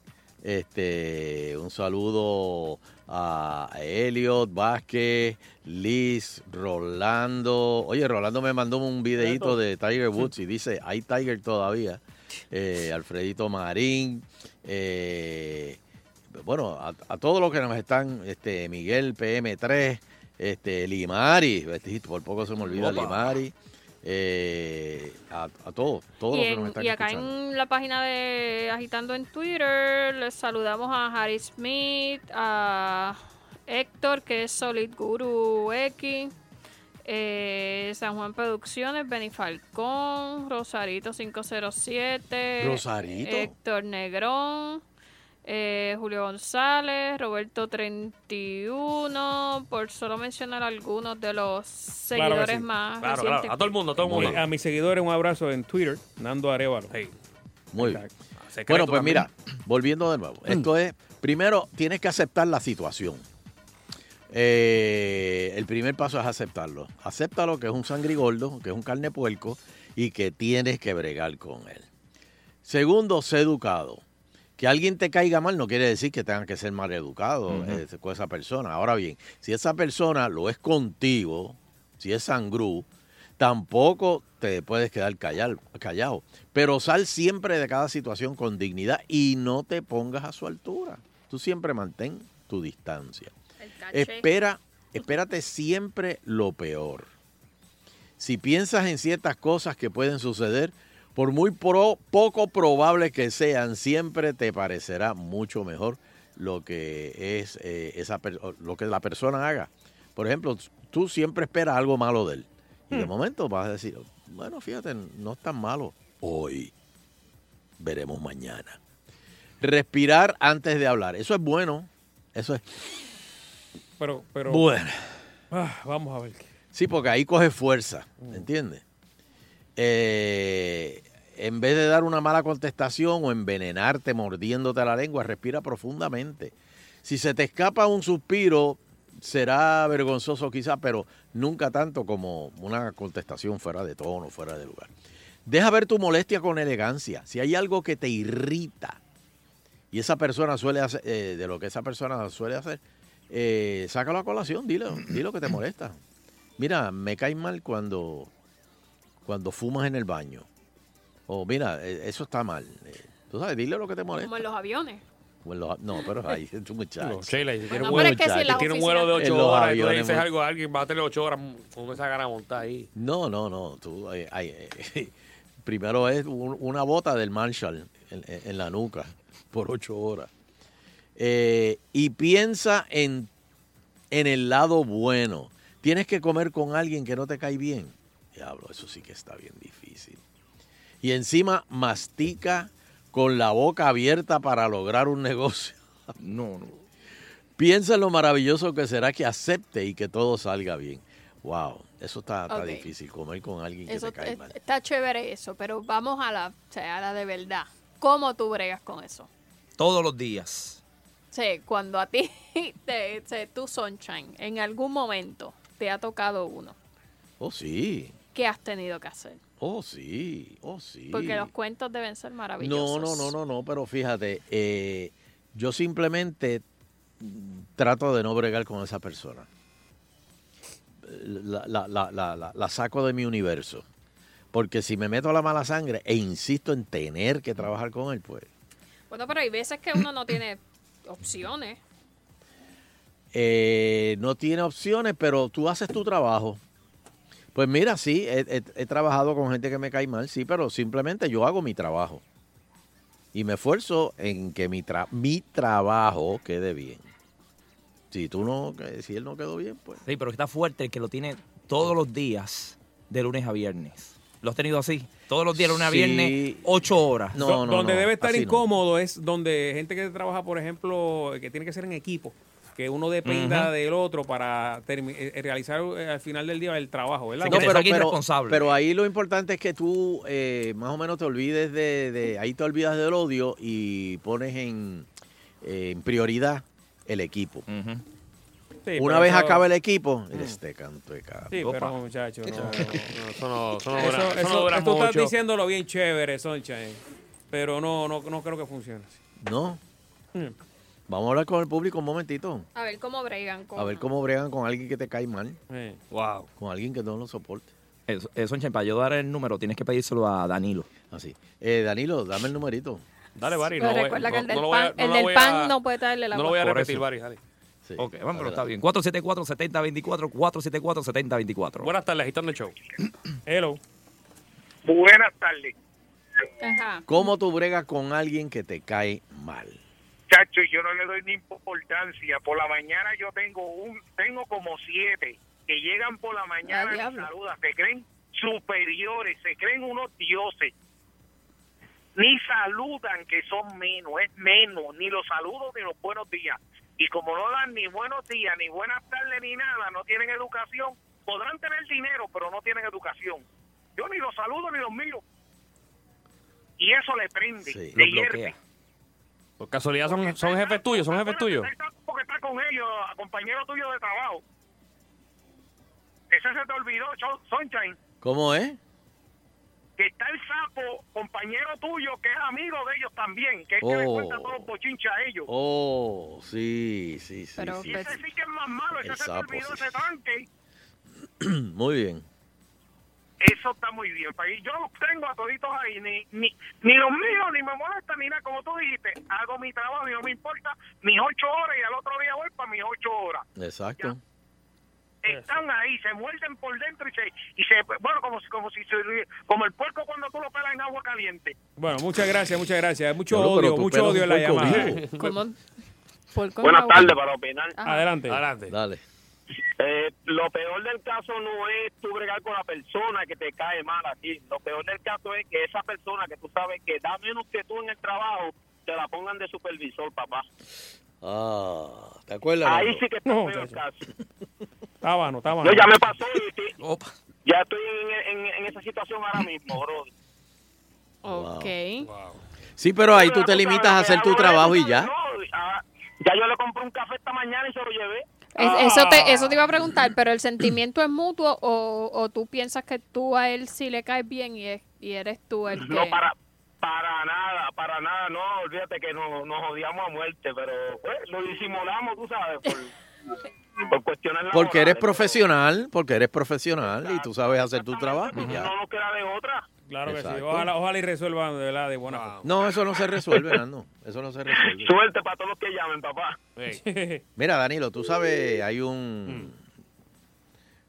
C: este, un saludo a Elliot Vázquez, Liz, Rolando. Oye, Rolando me mandó un videito de Tiger Woods y dice, hay Tiger todavía. Eh, Alfredito Marín, eh, bueno, a, a todos los que nos están, este, Miguel PM3, este, Limari, vestidito, por poco se me olvida
H: Opa.
C: Limari. eh, a, a todos, todos
H: Y,
C: los que nos
H: en-
C: están
H: y acá
C: escuchando.
H: en la página de Agitando en Twitter les saludamos a Harry Smith, a Héctor, que es Solid Guru X, eh, San Juan Producciones, Benny Falcón, Rosarito 507,
C: Rosarito.
H: Héctor Negrón. eh, Julio González, Roberto 31, por solo mencionar algunos de los seguidores
B: Claro que sí.
H: más recientes.
B: todo el mundo, todo el mundo. A mis seguidores un abrazo en Twitter, Nando Arevalo.
C: Muy bien.
B: Exacto. Secreto
C: Bueno, pues
B: también.
C: mira, volviendo de nuevo. Esto es, primero, tienes que aceptar la situación. Eh, el primer paso es aceptarlo. Acéptalo que es un sangrigordo, que es un carne puerco y que tienes que bregar con él. Segundo, sé educado. Que alguien te caiga mal no quiere decir que tengan que ser mal educado eh, con esa persona. Ahora bien, si esa persona lo es contigo, si es sangrú, tampoco te puedes quedar callado, callado. Pero sal siempre de cada situación con dignidad y no te pongas a su altura. Tú siempre mantén tu distancia. Espera, espérate siempre lo peor. Si piensas en ciertas cosas que pueden suceder, por muy pro- poco probable que sean, siempre te parecerá mucho mejor lo que es eh, esa per- o lo que la persona haga. Por ejemplo, t- tú siempre esperas algo malo de él. Y de momento vas a decir, bueno, fíjate, no es tan malo hoy. Veremos mañana. Respirar antes de hablar. Eso es bueno. Eso es
B: Pero, pero.
C: bueno.
B: Ah, vamos a ver.
C: Sí, porque ahí coge fuerza, ¿entiendes? Eh, en vez de dar una mala contestación o envenenarte mordiéndote la lengua, respira profundamente. Si se te escapa un suspiro, será vergonzoso quizás, pero nunca tanto como una contestación fuera de tono, fuera de lugar. Deja ver tu molestia con elegancia. Si hay algo que te irrita y esa persona suele hacer, eh, de lo que esa persona suele hacer, eh, sácalo a colación, dilo, dilo que te molesta. Mira, me cae mal cuando, cuando fumas en el baño. O mira, eh, eso está mal. Eh, Tú sabes, dile lo que te molesta.
H: Como en los aviones.
C: Bueno, no, pero ahí *laughs* tu muchacho.
F: No, Sheila, y si tiene
H: No,
F: un
H: pero
F: vuelo,
H: es que si
F: muchacho,
H: en las
F: tiene un vuelo de
C: oficinas-
F: 8
C: En los
F: horas y tú le
C: aviones,
F: dices
C: muy-
F: algo a alguien, va a tener 8 horas con esa gana montada ahí.
C: No, no, no. Tú, eh, ay, eh, *laughs* primero es un- una bota del Marshall en, en- en la nuca por ocho horas. Eh, y piensa en, en el lado bueno. Tienes que comer con alguien que no te cae bien. Diablo, eso sí que está bien difícil. Y encima mastica con la boca abierta para lograr un *laughs* negocio. No, no. Piensa en lo maravilloso que será que acepte y que todo salga bien. Wow, eso está, está
H: Ok.
C: difícil, comer con alguien que
H: Eso
C: te cae
H: es-
C: mal.
H: está chévere eso, pero vamos a la, o sea, a la de verdad. ¿Cómo tú bregas con eso?
D: Todos los días.
H: O sea, cuando a ti, *laughs* te, o sea, tú sunshine, en algún momento te ha tocado uno,
C: Oh, sí,
H: ¿qué has tenido que hacer?
C: oh, sí, oh, sí.
H: Porque los cuentos deben ser maravillosos.
C: No, no, no, no, no, pero fíjate, eh, yo simplemente trato de no bregar con esa persona. La, la- la- la- la- la saco de mi universo. Porque si me meto a la mala sangre e insisto en tener que trabajar con él, pues
H: Bueno, pero hay veces que uno no tiene opciones.
C: eh, no tiene opciones, pero tú haces tu trabajo. Pues mira, sí, he, he- he trabajado con gente que me cae mal, sí, pero simplemente yo hago mi trabajo. Y me esfuerzo en que mi, tra- mi trabajo quede bien. Si tú no, que- si él no quedó bien, pues.
D: Sí, pero está fuerte el que lo tiene todos los días, de lunes a viernes. Lo has tenido así, todos los días, de lunes a
B: Sí.
D: viernes, ocho horas.
B: Do- donde debe estar incómodo es donde gente que trabaja, por ejemplo, que tiene que ser en equipo, que uno dependa
D: Ujú.
B: del otro para termi- eh, realizar eh, al final del día el trabajo, ¿verdad?
C: No, pero ahí lo importante es que tú eh, más o menos te olvides de, de- ahí te olvidas del odio y pones en, eh, en prioridad el equipo.
B: Sí,
C: Una
B: pero
C: vez
B: eso- Mm.
C: acaba el equipo, este canto de cabrón.
B: Sí, pero muchachos, no, no, no,
F: eso no- eso no
B: Eso-
F: dura- eso no
B: eso-
F: dura
B: tú estás
F: mucho.
B: diciéndolo bien chévere, Sunshine, pero no, no, no creo que funcione. así.
C: No. Mm. Vamos a hablar con el público un momentito.
H: A ver cómo bregan con.
C: A ver cómo bregan con alguien que te cae mal.
F: Wow.
C: Con alguien que no lo soporte.
D: Eso, eso Enchen, Eh, para yo dar el número, tienes que pedírselo a Danilo.
C: Así. Eh, Danilo, dame el numerito.
F: Dale, Barry.
H: Pero
F: No, voy-
H: Pues recuerda que
F: no-
H: el del
F: no lo voy a-
H: pan,
F: no
H: el
F: lo
H: del
F: voy a-
H: pan no puede traerle la
F: No lo voy a
D: Por
F: repetir,
D: eso.
F: Barry. dale.
D: Ok, bueno, pero está bien. 474-7024, 474-7024.
F: Buenas tardes, agitando el show.
B: Hello.
L: Buenas tardes.
C: ¿Cómo tú bregas con alguien que te cae mal?
L: Chacho, yo no le doy ni importancia. Por la mañana yo tengo un, tengo como siete que llegan por la mañana y saludan. Se creen superiores, se creen unos dioses. Ni saludan que son menos, es menos. Ni los saludos ni los buenos días. Y como no dan ni buenos días, ni buenas tardes, ni nada, no tienen educación. Podrán tener dinero, pero no tienen educación. Yo ni los saludo ni los miro. Y eso le prende, le
F: Lo
L: hierve.
F: bloquea. Por casualidad son, son jefes tuyos, son jefes tuyos.
L: porque está con ellos, a compañero tuyo de trabajo. Ese se te olvidó, Cho- Sunshine,
C: ¿Cómo es?
L: que está el sapo, compañero tuyo, que es amigo de ellos también, que es que le
C: Oh.
L: cuenta todos los bochinches a ellos.
C: Oh, sí, sí, sí.
L: Pero
C: sí.
L: ese sí que es más malo, ese
C: El
L: se te
C: sapo,
L: olvidó
C: sí,
L: ese tanque.
C: *clears throat* Muy bien.
L: Eso está muy bien, país. Yo los tengo a toditos ahí, ni, ni, ni los míos, ni me molesta, ni nada, como tú dijiste. Hago mi trabajo y no me importa mis ocho horas y al otro día voy para mis ocho horas.
C: Exacto.
L: están ahí, se muerden por dentro y se, y se bueno, como si, como si se- como el puerco cuando tú lo pelas en agua caliente.
B: Bueno, muchas gracias, muchas gracias. Mucho
L: Diablo, pero
B: odio,
L: tu
B: mucho
L: pelo
B: odio en la
L: es un poco
B: llamada.
F: *laughs*
L: vivo.
H: Buenas
L: tardes para opinar.
B: Adelante.
C: Adelante. Dale.
L: Eh, lo peor del caso no es tú bregar con la persona que te cae mal a ti. Lo peor del caso es que esa persona que tú sabes que da menos que tú en el trabajo, te la pongan de supervisor, papá.
C: Ah, ¿te acuerdas?
L: Ahí
C: Lalo?
L: sí que está
B: No,
L: peor el
B: chacho.
L: caso.
B: Está bueno, está Ah, bueno.
L: No, ya me pasó y te- ya estoy en, en- en esa situación ahora mismo, bro.
C: Ah,
B: Oh,
H: Ok.
C: Sí, pero ahí tú te limitas a hacer tu trabajo y ya.
L: Ya yo le compré un café esta mañana y se lo llevé.
H: Es- eso, te, eso te iba a preguntar, pero ¿el sentimiento es mutuo o, o tú piensas que tú a él sí le caes bien y, es- y eres tú el que...
L: No, para, para nada, para nada, no, olvídate que no, nos odiamos a muerte, pero pues, lo disimulamos, tú sabes,
C: *laughs*
L: por, por cuestiones laborales.
C: Porque eres profesional, porque eres profesional y tú sabes hacer tu trabajo y ya.
L: No nos queda de otra.
B: Claro que sí.
C: Exacto.
B: Ojalá, ojalá y resuelvan de verdad de buena forma.
C: No, eso no se *laughs* resuelve, Nando. Eso no se resuelve.
L: Suerte para todos los que llamen, papá.
C: Mira, Danilo, tú sabes, hay un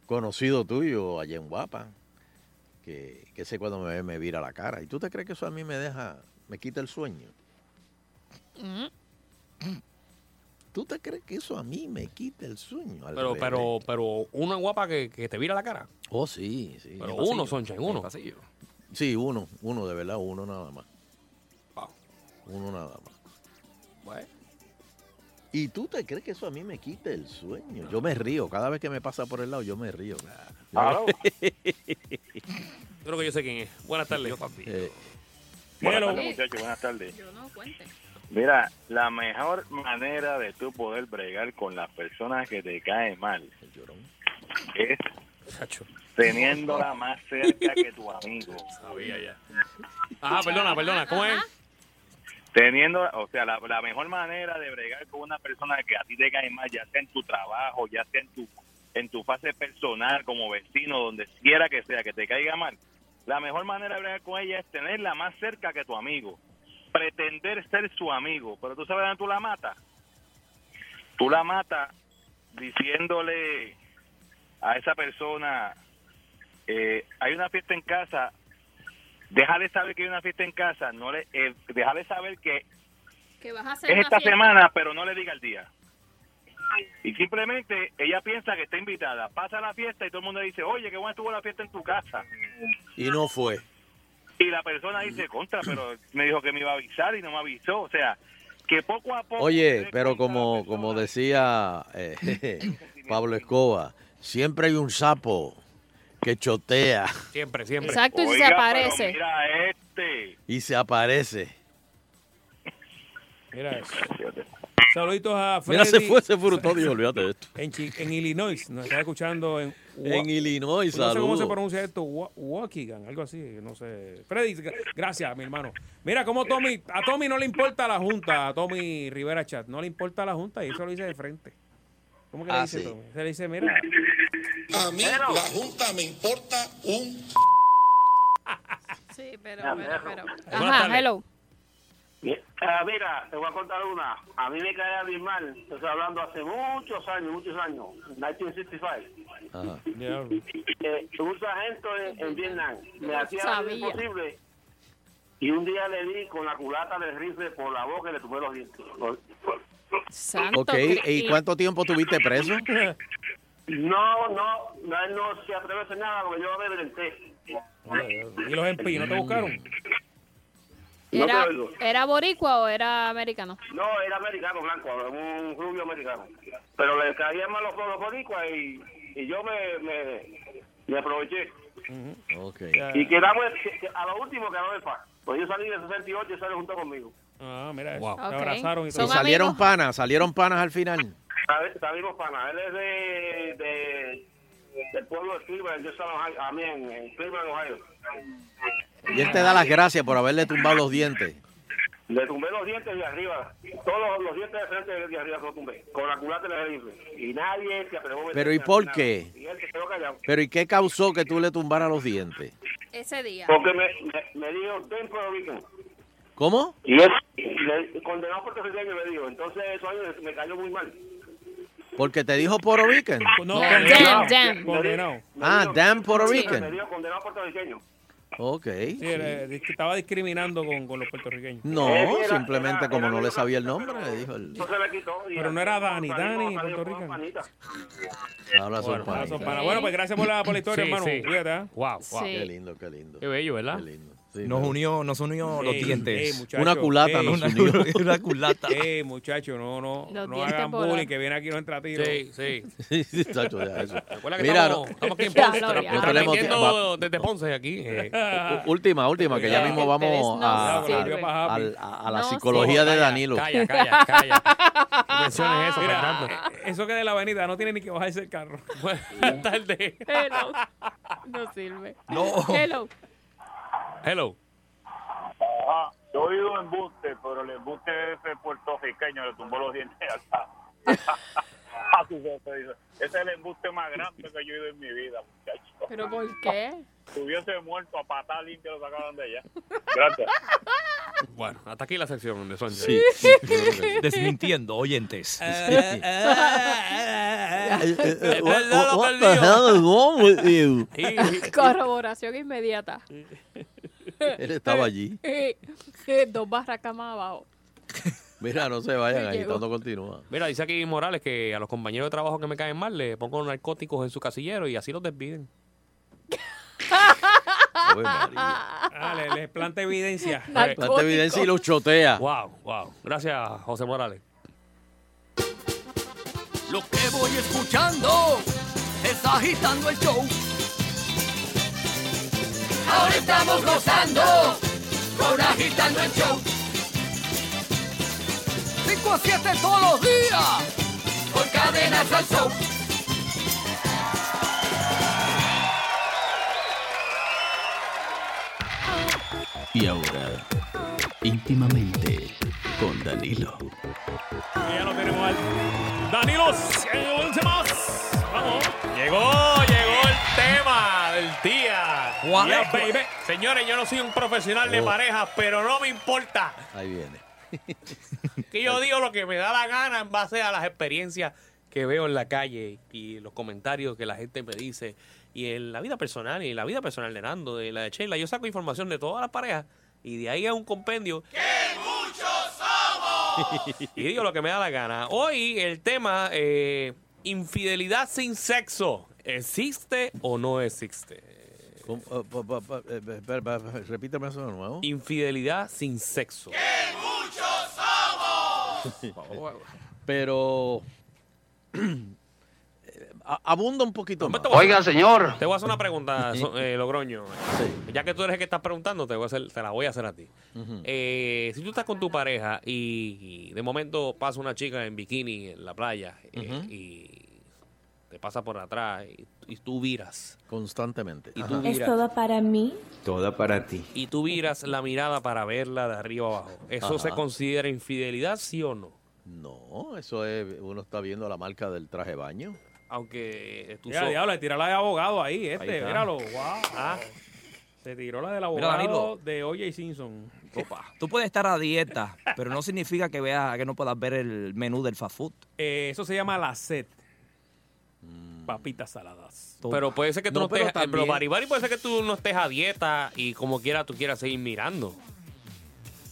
C: conocido tuyo allá en Guapa que, que sé cuando me ve me vira la cara. ¿Y tú te crees que eso a mí me deja, me quita el sueño?
H: Mm.
C: ¿Tú te crees que eso a mí me quita el sueño? Al
F: Pero,
C: revés.
F: pero, pero uno en guapa que, que te vira la cara.
C: Oh, sí, sí.
F: Pero
C: En el
F: uno,
C: pasillo.
F: Soncha,
C: En el
F: uno.
C: pasillo. Sí, uno, uno, de verdad, uno nada más. Uno nada más. ¿Y tú te crees que eso a mí me quita el sueño? Yo me río, cada vez que me pasa por el lado, yo me río. *laughs*
F: Claro.
C: Yo-
F: Creo que yo sé quién es. Buenas tardes.
C: Eh,
L: Buenas
Q: Hello.
L: tardes, muchachos, buenas tardes.
H: No, cuente.
Q: Mira, la mejor manera de tú poder bregar con las personas que te caen mal es teniéndola más cerca que tu amigo.
F: Ah, perdona, perdona. ¿Cómo es?
Q: Teniendo, o sea, la, la mejor manera de bregar con una persona que a ti te cae mal, ya sea en tu trabajo, ya sea en tu en tu fase personal, como vecino, donde quiera que sea, que te caiga mal, La mejor manera de bregar con ella es tenerla más cerca que tu amigo. Pretender ser su amigo. Pero tú sabes dónde tú la matas. Tú la matas diciéndole a esa persona, eh, hay una fiesta en casa, déjale saber que hay una fiesta en casa, no le, eh, déjale saber que
H: Que vas a hacer
Q: es
H: una
Q: esta
H: fiesta.
Q: semana, pues. pero no le diga el día. Y simplemente ella piensa que está invitada, pasa la fiesta y todo el mundo dice, oye, qué buena estuvo la fiesta en tu casa.
C: Y no fue.
Q: Y la persona dice, contra, pero me dijo que me iba a avisar y no me avisó. O sea, que poco a poco...
C: Oye, pero como, como decía eh, *laughs* Pablo Escoba, siempre hay un sapo que chotea
F: Siempre, siempre.
H: Exacto, y si se
Q: Oiga, pero
H: aparece.
Q: Mira este.
C: y se aparece.
B: Mira eso. Saluditos a Freddy.
C: Mira, se fue, se frutó, dijo, olvídate de esto.
B: En, Chi- en Illinois, nos está escuchando en... Wa-
C: En Illinois,
B: No sé cómo se
C: saludos.
B: pronuncia esto, Wa- Waukegan, algo así, no sé. Freddy, gra- gracias, mi hermano. Mira cómo Tommy, a Tommy no le importa la Junta, a Tommy Rivera Chat, no le importa la Junta y eso lo dice de frente. ¿Cómo que le
C: Ah,
B: dice
C: sí.
B: Tommy? Se le dice, mira,
J: A mí la Junta me importa un...
H: Sí, pero,
G: Ya,
H: pero, pero.
G: perro.
H: Ajá, hello.
G: Ah, mira, te voy a contar una. A mí me caía bien mal. Yo Estoy hablando hace muchos años, muchos años. 1965. Eh, un sargento en, en Vietnam me hacía la vida
H: Sabía.
G: imposible. Y un día le di con la culata del rifle por la boca y le tumbé los dientes.
H: Santo
C: Ok, ¿y cuánto tiempo tuviste preso?
G: No, no, no, él no se atreve a hacer nada porque yo lo violenté.
B: y los MP, ¿no te buscaron?
G: No te
H: ¿Era,
G: oigo.
H: ¿Era boricua o era americano?
G: No, era americano blanco, un rubio americano. Pero le caían mal los, los boricuas y, y yo me, me, me aproveché.
B: Ah.
G: Y quedamos que- que a lo último quedamos en paz. Pues yo salí de 68 y salió junto conmigo.
B: Ah, mira eso.
C: Wow.
B: Te abrazaron
C: Y
B: y todo.
C: salieron panas, salieron panas al final.
G: Sal- Salimos para Él es de, de, del pueblo de Cleveland, yo estaba en Ohio- a mí en, en Cleveland, Ohio.
C: Y él te da las gracias por haberle tumbado los dientes.
G: Le tumbé los dientes de arriba, todos los, los dientes de frente de arriba se los tumbé, con la culata en el rifle. Y nadie se aprobó.
C: Pero ¿y por qué?
G: Y él se quedó callado.
C: Pero ¿y qué causó que tú le tumbaras los dientes?
H: Ese día.
G: Porque me, me, me dijo, ten Puerto Rican.
C: ¿Cómo?
G: Le- Condenado puertorriqueño me dijo. Entonces eso a mí me cayó muy mal.
C: Porque te dijo Puerto Rican.
B: No,
G: damn,
B: damn.
C: Ah, damn Puerto
G: Me
C: Rican.
G: dijo, condenado puertorriqueño.
C: Ok.
B: Sí, era- dis- estaba discriminando con, con los puertorriqueños.
C: No, simplemente como no le sabía el nombre, le dijo el...
B: Pero no era Dani, Dani, Puerto Rico.
C: *laughs* Ahora son panas.
B: son panas. Bueno, pues gracias por la, por la historia, hermano. Cuídate, ¿eh?
C: Qué lindo, qué lindo.
F: Qué bello, ¿verdad?
C: Qué lindo.
R: Nos unió, nos unió los
B: Ey,
R: dientes.
B: ey, muchacho, ey.
R: una, *laughs* una culata.
B: Ey, muchacho, no, no,
R: Los
B: no
R: dientes
B: hagan
R: por
B: bullying,
R: ahí.
B: que viene aquí y no entra a tiro.
F: Sí,
C: *laughs*
F: sí.
C: Sí, chacho, ya, eso.
F: Recuerda que
C: Mira, no-
F: estamos, estamos aquí en
C: Ya,
F: Ponce. *laughs*
C: no,
F: tra-
C: ya.
F: tra-
C: Tenemos
F: transmitiendo
C: tiempo.
F: desde Ponce aquí. eh.
C: *laughs* U- Última, última, que ya mismo vamos
F: no
C: a, a-
F: sirve.
C: a- a- a la
F: No
C: psicología
F: sirve.
C: de Danilo.
F: Calla, calla, *laughs* calla. No menciones eso,
B: Mira,
F: Fernando.
B: eh, Eso que de la avenida no tiene ni que bajarse el carro. Buenas tardes.
H: Hello. No sirve.
F: No.
H: Hello.
F: Hello.
S: Ajá, yo vivo en Buste, pero el embuste ese puertorriqueño le tumbó los dientes acá. *laughs* A su jefe, dice, Ese es el embuste más grande que yo he ido en mi vida, muchacho.
H: ¿Pero por qué?
S: Si hubiese muerto a patada limpia, lo sacaban de allá. Gracias.
F: Bueno, hasta aquí la sección de Sonja.
R: Sí.
F: *laughs*
R: Desmintiendo,
B: *laughs*
R: oyentes.
C: Eh,
F: What- what the
C: hell is wrong with you?
H: Corroboración inmediata.
C: Él estaba allí.
H: *laughs* Dos barracas más abajo.
C: Mira, no se vayan,
H: Sí, llegó.
C: agitando continúa.
F: Mira, dice aquí Morales que a los compañeros de trabajo que me caen mal le pongo narcóticos en su casillero y así los despiden.
B: Ah, le- les planta evidencia.
C: Planta evidencia y los chotea.
F: Wow, wow. Gracias, José Morales.
A: Lo que voy escuchando es agitando el show. Ahora estamos gozando con agitando el show. 5 a 7 todos los días por cadenas al show.
T: Y ahora, íntimamente con Danilo.
B: Y ya lo tenemos al Danilo en últimas. Vamos. Llegó, llegó el
F: tema del día.
B: ¿Cuál
F: Yeah,
B: es?
F: baby. Señores, yo no soy un profesional de
C: Oh.
F: parejas, pero no me importa.
C: Ahí viene.
F: Que yo digo lo que me da la gana en base a las experiencias que veo en la calle y los comentarios que la gente me dice. Y en la vida personal, y en la vida personal de Nando, de la de Sheila, yo saco información de todas las parejas y de ahí es un compendio. ¡Qué muchos somos! *laughs* y digo lo que me da la gana. Hoy el tema, eh, infidelidad sin sexo, ¿existe o no existe?
C: ¿Cómo? Eh, pa- pa- pa- eh, pa- pa- pa- pa- Repítame eso de nuevo.
F: Infidelidad sin sexo.
C: Pero a- abunda un poquito más.
F: Te voy a hacer
C: *laughs*
F: una pregunta, so- eh, Logroño. Ya que tú eres el que estás preguntando, te, voy a hacer, te la voy a hacer a ti. Eh, si tú estás con tu pareja y, y de momento pasa una chica en bikini en la playa eh, y te pasa por atrás y, y tú viras.
C: Constantemente.
F: Y
C: Ajá.
F: tú
U: Es
F: viras.
U: todo para mí.
V: Toda para ti.
F: Y tú viras la mirada para verla de arriba abajo. ¿Eso
C: Ajá.
F: se considera infidelidad, sí o no?
C: No, eso es, uno está viendo la marca del traje de baño.
F: Aunque eh, tú
B: Mira,
F: so-
B: diablo, le tiró la de abogado ahí, este,
C: Ahí está. Ah.
B: míralo, wow. Se tiró la del abogado
D: Danilo.
B: de O.J. Simpson.
D: Tú puedes estar a dieta, pero no significa que veas que no puedas ver el menú del fast food.
B: Eh, eso se llama la sed.
C: Mm.
B: Papitas saladas.
F: Pero puede ser que tú no,
B: pero
F: estés. eh, Pero
B: también-
F: Baribari puede ser que tú no estés a dieta y como quiera tú quieras seguir mirando.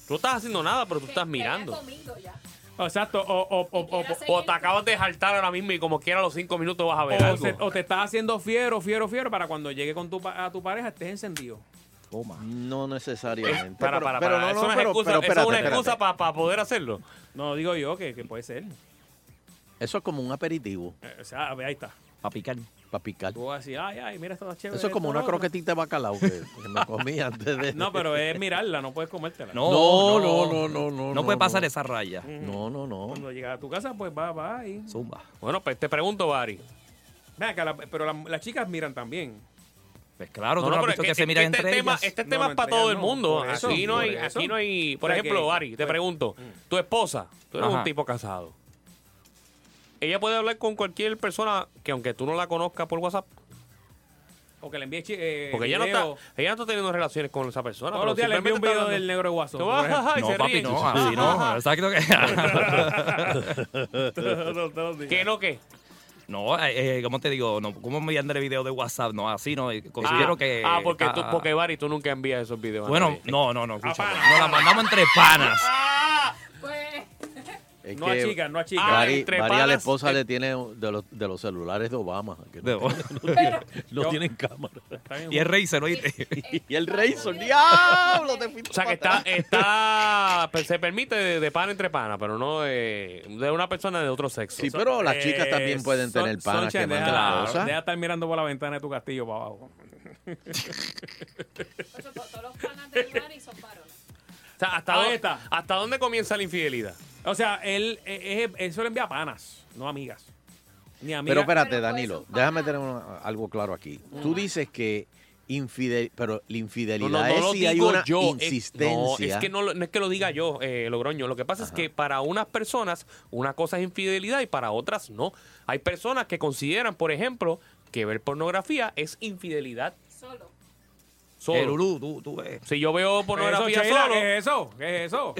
F: Tú no estás haciendo nada, pero tú estás mirando.
B: Exacto. O, o, o, o,
F: O te acabas de jaltar ahora mismo y como quiera a los cinco minutos vas a ver
B: o
F: algo.
B: se- o te estás haciendo fiero, fiero, fiero para cuando llegue con tu, pa- a tu pareja estés encendido.
C: No necesariamente.
F: Para,
C: pero-
F: para,
C: pero
F: para.
C: no,
F: eso
C: no,
F: no es
C: pero-
F: excusa,
C: pero
F: eso es
C: espérate,
F: una
C: espérate.
F: excusa para poder hacerlo.
B: No, digo yo que, que puede ser.
C: Eso es como un aperitivo.
B: Eh, O sea, a ver, ahí está.
D: Para picar.
C: Para picar.
B: Tú vas a decir, ay, ay, mira, esto está chévere.
C: Eso es como
B: esto,
C: una
B: lo otro.
C: croquetita de bacalao que, que me
B: *laughs*
C: comí antes de...
B: No,
C: *laughs*
B: pero es mirarla, no puedes comértela.
C: No, no, no, no, no.
D: No puede pasar esa raya.
C: No, no, no.
B: Cuando llegas a tu casa, pues va, va ahí.
D: Zumba.
F: Bueno, pues te pregunto, Bari.
B: Ven acá, la- pero la- las chicas miran también.
D: Pues claro,
F: No,
D: tú no,
F: no,
D: has visto
F: pero es
D: que,
F: que-
D: se
F: es
D: miran
F: que
D: entre
F: este tema-
D: ellas.
F: este tema es para
B: entre
F: todo
B: ellas
F: el mundo.
B: por eso,
F: aquí no
B: por
F: hay,
B: eso.
F: aquí no hay. Por
B: O sea que-
F: ejemplo,
B: pues, mm.
F: Bari, te pregunto, tu esposa, tú eres
B: Ajá.
F: un tipo casado. Ella puede hablar con cualquier persona que aunque tú no la conozcas por WhatsApp.
B: O que le envíes chi- eh,
F: Porque ella no, está,
B: video.
F: ella no está teniendo relaciones con esa persona.
B: Todos los días le envío un video del negro de Guasón. por ejemplo.
F: No,
D: No, papi, no, así no. Exacto
B: *laughs*
D: que.
F: ¿Qué no qué?
D: No, eh, eh, ¿cómo te digo? No, ¿Cómo me el video de WhatsApp? No, así no. eh, Considero
F: ah,
D: que.
F: Ah, porque, tú,
D: ah,
F: porque Bari, tú nunca envías esos videos. a
D: Bueno,
F: nadie.
D: no, no, no. escúchame. Nos la mandamos entre panas.
H: Pues.
C: Es
B: No a
C: que
B: chicas, no a chicas.
C: Vari-
B: Ah, entre
C: Vari a la
B: panas,
C: esposa
B: eh.
C: le tiene de los, de los celulares de Obama. que no, tienen- *laughs* no
B: Pero-
C: tienen- no
B: Yo-
C: tienen cámara.
D: Y el
C: *laughs*
D: Razer, oíste.
C: y el Razer, diablo, te fuiste
F: O sea, que está, está pues, se permite de, de pana entre pana, pero no de, de una persona de otro sexo.
C: Sí, pero las chicas también pueden
B: Eh, Son-
C: tener panas
B: Soncha,
C: que mandan
B: deja,
C: cosas.
B: ah, deja estar mirando por la ventana de tu castillo para abajo.
F: O sea, ¿hasta,
B: Ahí
F: dónde,
B: está.
F: ¿Hasta dónde comienza la infidelidad?
B: O sea, él, eh, eh, eso le envía panas, no amigas. Ni amigas.
C: Pero espérate, Danilo, déjame tener una- algo claro aquí. Tú dices que infidel, pero la infidelidad es si hay una
F: es-
C: insistencia.
F: no, es que no, lo- no es que lo diga yo, eh, Logroño. Lo que pasa es que para unas personas una cosa es infidelidad y para otras no. Hay personas que consideran, por ejemplo, que ver pornografía es infidelidad.
H: Solo.
F: Solo.
D: Eh, Lulú, tú, tú ves.
F: Si yo veo pornografía
B: Eso, Sheila,
F: solo,
B: ¿qué es eso? ¿Qué es eso?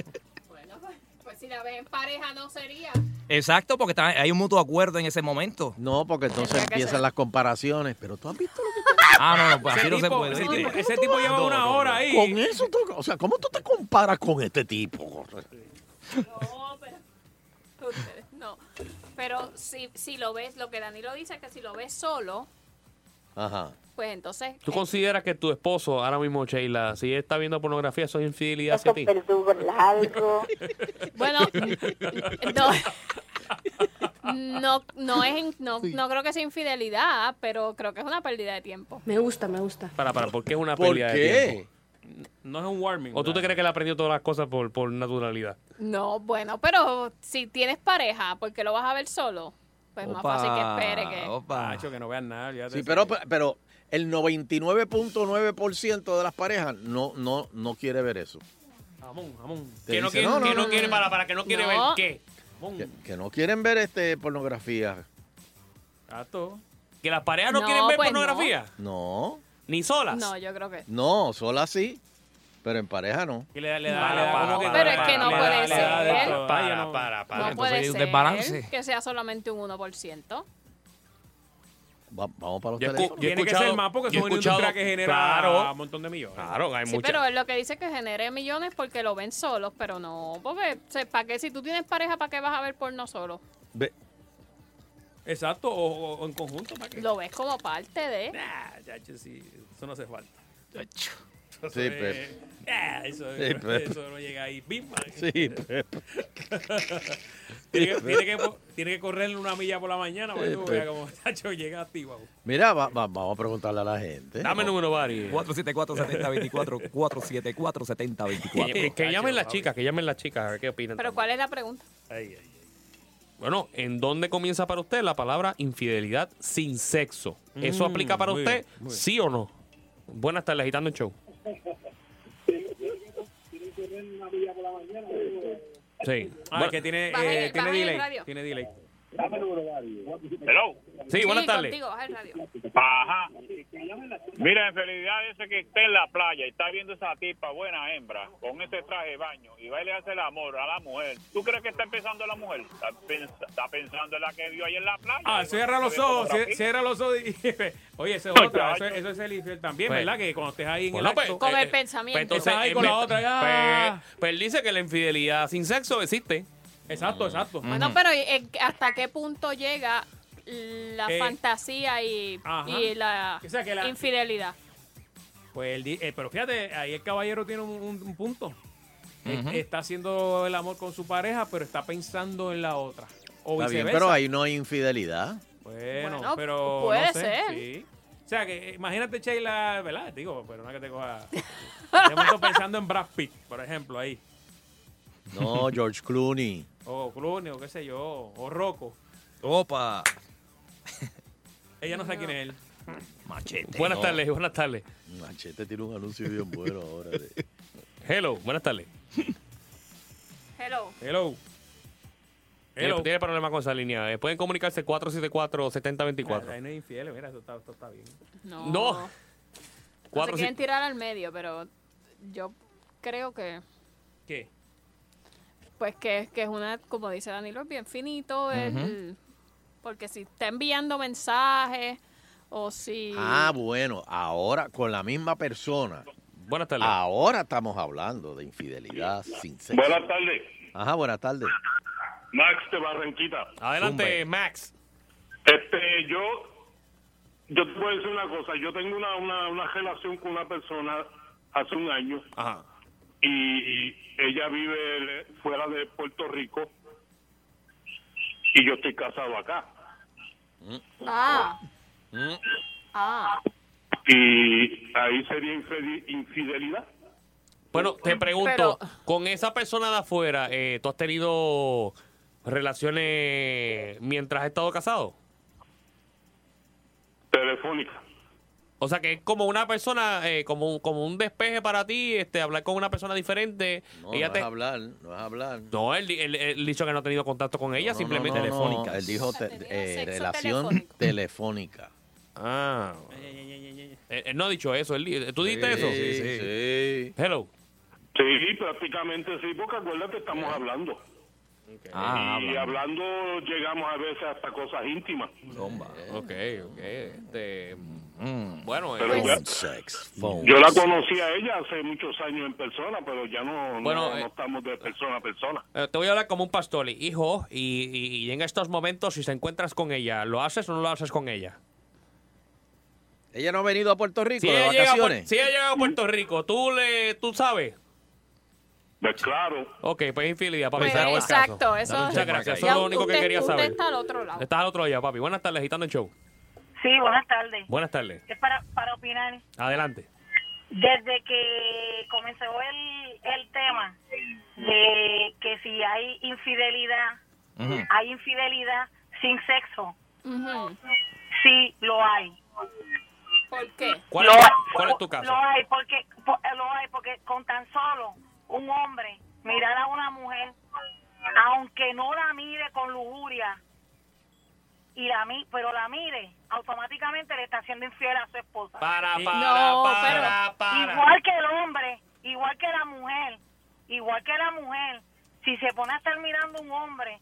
H: Pues si la ven en pareja no sería.
D: Exacto, porque está- hay un mutuo acuerdo en ese momento.
C: No, porque entonces empiezan las comparaciones. Pero tú has visto lo que
D: *laughs* Ah, no, no, pues
C: Ese
D: así no se
C: tipo-
D: puede.
C: ese
D: ¿oíste?
C: tipo-
B: Ese tipo lleva una hora ahí.
C: Con eso, tú- o sea, ¿cómo tú te comparas con este tipo?
H: No, pero. ustedes No. Pero si, si lo ves, lo que Danilo dice es que si lo ves solo,
C: Ajá.
H: pues entonces.
F: ¿tú consideras que tu esposo, ahora mismo, Sheila, si él está viendo pornografía, eso es infidelidad hacia ti?
H: largo. *laughs* Bueno, no. No, no, es, in- no, no creo que sea infidelidad, pero creo que es una pérdida de tiempo.
U: Me gusta, me gusta.
F: Para, para, porque es una
B: ¿Por
F: pérdida
B: qué?
F: de tiempo.
B: No es un warming.
F: ¿O tú te crees que él aprendió todas las cosas por, por naturalidad?
H: No, bueno, pero si tienes pareja, ¿por qué lo vas a ver solo? Pues más fácil que espere que.
B: Nacho, que no vean nada. olvídate
C: Sí,
B: de
C: pero,
B: eso.
C: pero el 99.9% de las parejas no, no, no quiere ver eso.
B: Jamón, jamón.
C: Te Que no dice, quiere- no, no, que no no, quiere- no,
F: para- para que no quiere No. ver qué.
B: Jamón.
C: Que no quieren ver este pornografía.
B: Exacto.
F: ¿Que las parejas no,
H: No,
F: quieren ver
H: pues no.
F: pornografía?
C: No,
F: ¿Ni solas?
H: No, yo creo que.
C: no, sola sí, pero en pareja no.
F: Y le, le
H: No,
F: da, le da como que-
H: pero es que no
F: le da-
H: puede
F: le da de
H: ser.
F: todo.
H: Para,
F: Ay, no.
H: No puede ser que sea solamente un 1%.
C: Va- vamos para los
F: Yo escu-
C: teléfonos.
F: yo he Tiene que ser escuchado- más porque yo he son una escuchado- industria que genera
B: Claro.
F: un montón de millones. Claro, hay
H: Sí, pero es lo que dice que genere millones porque lo ven solos, pero no, porque o sea, ¿para qué? si tú tienes pareja, ¿para qué vas a ver porno solo?
B: Exacto, o, o en conjunto. ¿para qué?
H: Lo ves como parte de...
B: Ah, chacho, sí, eso no hace falta. Eso
C: Sí,
B: es-
C: Pepe.
B: Ah, eso,
C: Sí, Pepe.
B: eso no llega ahí. Bim, man.
C: Sí, Pepe.
B: tiene, que, tiene, que, po- tiene que correrle una milla por la mañana para que
C: Sí,
B: tú
C: Pepe.
B: veas cómo chacho llega activado.
C: Mira, va- va- vamos a preguntarle a la gente.
F: Dame el número, Bari.
D: 474-7024, 474-7024.
F: Que, que llamen las chicas, que llamen las chicas, a ver qué opinan.
H: Pero ¿cuál es la pregunta?
F: Eh, Bueno, ¿en dónde comienza para usted la palabra infidelidad sin sexo? ¿Eso
B: Mm,
F: aplica para
B: muy
F: usted,
B: bien, muy bien.
F: sí o no? Buenas tardes, agitando el show. Sí.
B: Ah,
F: Bueno,
B: que tiene,
H: Baja el-
B: eh,
H: baja
B: tiene
H: el
B: delay.
H: radio.
B: Tiene delay.
Q: Hello.
F: Sí, buenas tardes.
H: Contigo, baja el radio.
Q: Ajá. Mira, en felicidad ese que está en la playa y está viendo esa tipa, buena hembra, con ese traje de baño y va y le hace el amor a la mujer. ¿Tú crees que está empezando la mujer? Está, pens- está pensando en la que vio ahí en la playa.
B: Ah, cierra los
Q: Igual que
B: ojos,
Q: otra
B: cier- cierra los ojos y... *laughs* Oye, esa es otra, eso, es- eso es el infiel también,
F: Pues-
B: ¿verdad? Que cuando estés ahí en
F: Bueno,
B: el
F: pues,
B: acto...
H: Con
F: eh,
H: el pensamiento.
F: Pues entonces,
B: Estás ahí
F: eh,
B: con la
F: me-
B: otra, ya.
F: pues- pues él dice que la infidelidad sin sexo existe. Mm.
B: Exacto, exacto. pues,
H: Bueno, pero eh, ¿hasta qué punto llega la
B: Eh,
H: fantasía y,
B: ajá.
H: y la,
B: O sea, que la-
H: infidelidad?
B: Pues el di- eh, pero fíjate, ahí el caballero tiene un, un- un punto. Eh, Está haciendo el amor con su pareja, pero está pensando en la otra. O
C: Está
B: viceversa.
C: bien, pero ahí no hay infidelidad.
B: Bueno,
H: Bueno,
B: pero.
H: puede
B: no sé,
H: ser.
B: sí. O sea, que eh, imagínate, Sheila, ¿verdad? Digo, pero no que te coja. De momento pensando en Brad Pitt, por ejemplo, ahí.
F: *laughs*
C: No, George Clooney.
B: O Clooney, o qué sé yo. O Rocco.
D: Opa.
B: Ella no sabe quién es él.
D: Machete.
F: Buenas
C: no.
F: tardes, buenas tardes.
C: Machete tiene un anuncio bien bueno ahora. de-
F: *laughs* Hello, buenas tardes.
H: Hello.
B: Hello.
F: Tiene,
B: Hello.
F: tiene problema con esa línea. Eh, pueden comunicarse 474-7024.
B: Ahí no es infiel, mira, eso está, esto está bien.
H: No.
F: No.
H: No se
F: Cuatro,
H: quieren
F: si-
H: tirar al medio, pero yo creo que...
B: ¿Qué?
H: Pues que, que es una, como dice Danilo, es bien finito. el- porque si está enviando mensajes o si...
C: Ah, bueno, ahora con la misma persona.
F: Buenas tardes.
C: Ahora estamos hablando de infidelidad sin sexo.
J: Buenas tardes,
C: Ajá, buenas tardes.
J: Max de Barranquita.
F: Adelante, Max.
J: Este, yo, yo te puedo decir una cosa. Yo tengo una, una, una relación con una persona hace un año
F: Ajá.
J: y ella vive le- fuera de Puerto Rico y yo estoy casado acá.
H: Ah.
F: Mm.
H: Ah.
J: Y ahí sería infeli- infidelidad.
F: Bueno, te pregunto, con esa persona de afuera, eh, ¿tú has tenido relaciones mientras has estado casado?
J: Telefónica.
F: O sea, que es como una persona, eh, como, un- como un despeje para ti, este, hablar con una persona diferente.
C: No,
F: ella
C: no
F: te-
C: es hablar, no es hablar.
F: No, él, él- él dicho que no ha tenido contacto con ella,
C: No, no,
F: simplemente
C: no, no, no,
F: telefónica.
C: Él dijo te- eh, relación telefónica.
F: Ah. Él, él no ha dicho eso. él di- ¿Tú dijiste eso?
C: sí.
F: Hello.
J: Sí, prácticamente sí, porque acuérdate, estamos hablando.
F: Ah,
J: y hablando llegamos a veces hasta cosas íntimas.
F: Ok, ok. Este, bueno, eh,
J: Pero ya-
C: Sex
F: Oh.
J: Yo la conocí a ella hace muchos años en persona, pero ya no, no-
F: Bueno,
J: no
F: eh,
J: estamos de persona a persona.
F: eh, te voy a hablar como un pastor. Hijo, y, y- y en estos momentos, si te encuentras con ella, ¿lo haces o no lo haces con ella?
C: Ella no ha venido a Puerto Rico
F: Si
C: de
F: ella, llega a, Puer-
C: vacaciones.
F: si ella llega a Puerto Rico, ¿tú le, tú sabes?
J: Pues claro.
F: Ok, pues infidelidad, papi.
H: Pues,
F: se acabó el caso.
H: exacto, eso-
F: Muchas gracias, eso
H: Ya
F: es lo único que
H: usted-
F: quería
H: usted
F: saber.
H: está al otro lado.
F: Estás al otro lado, papi. Buenas tardes, agitando el show.
K: Sí, buenas tardes.
F: Buenas tardes.
K: Es para, para opinar.
F: Adelante.
K: Desde que comenzó el, el tema de que si hay infidelidad,
D: Ujú.
K: hay infidelidad sin sexo. Sí, lo hay.
H: ¿Por qué?
F: ¿Cuál
K: Lo
F: es-
K: hay.
F: cuál es tu caso?
K: Lo hay porque, po- lo hay porque con tan solo un hombre mirar a una mujer, aunque no la mire con lujuria, y la mi- pero la mire, automáticamente le está haciendo infiel a su esposa.
F: Para, para, No, para, pero- para.
K: Igual que el hombre, igual que la mujer, igual que la mujer, si se pone a estar mirando un hombre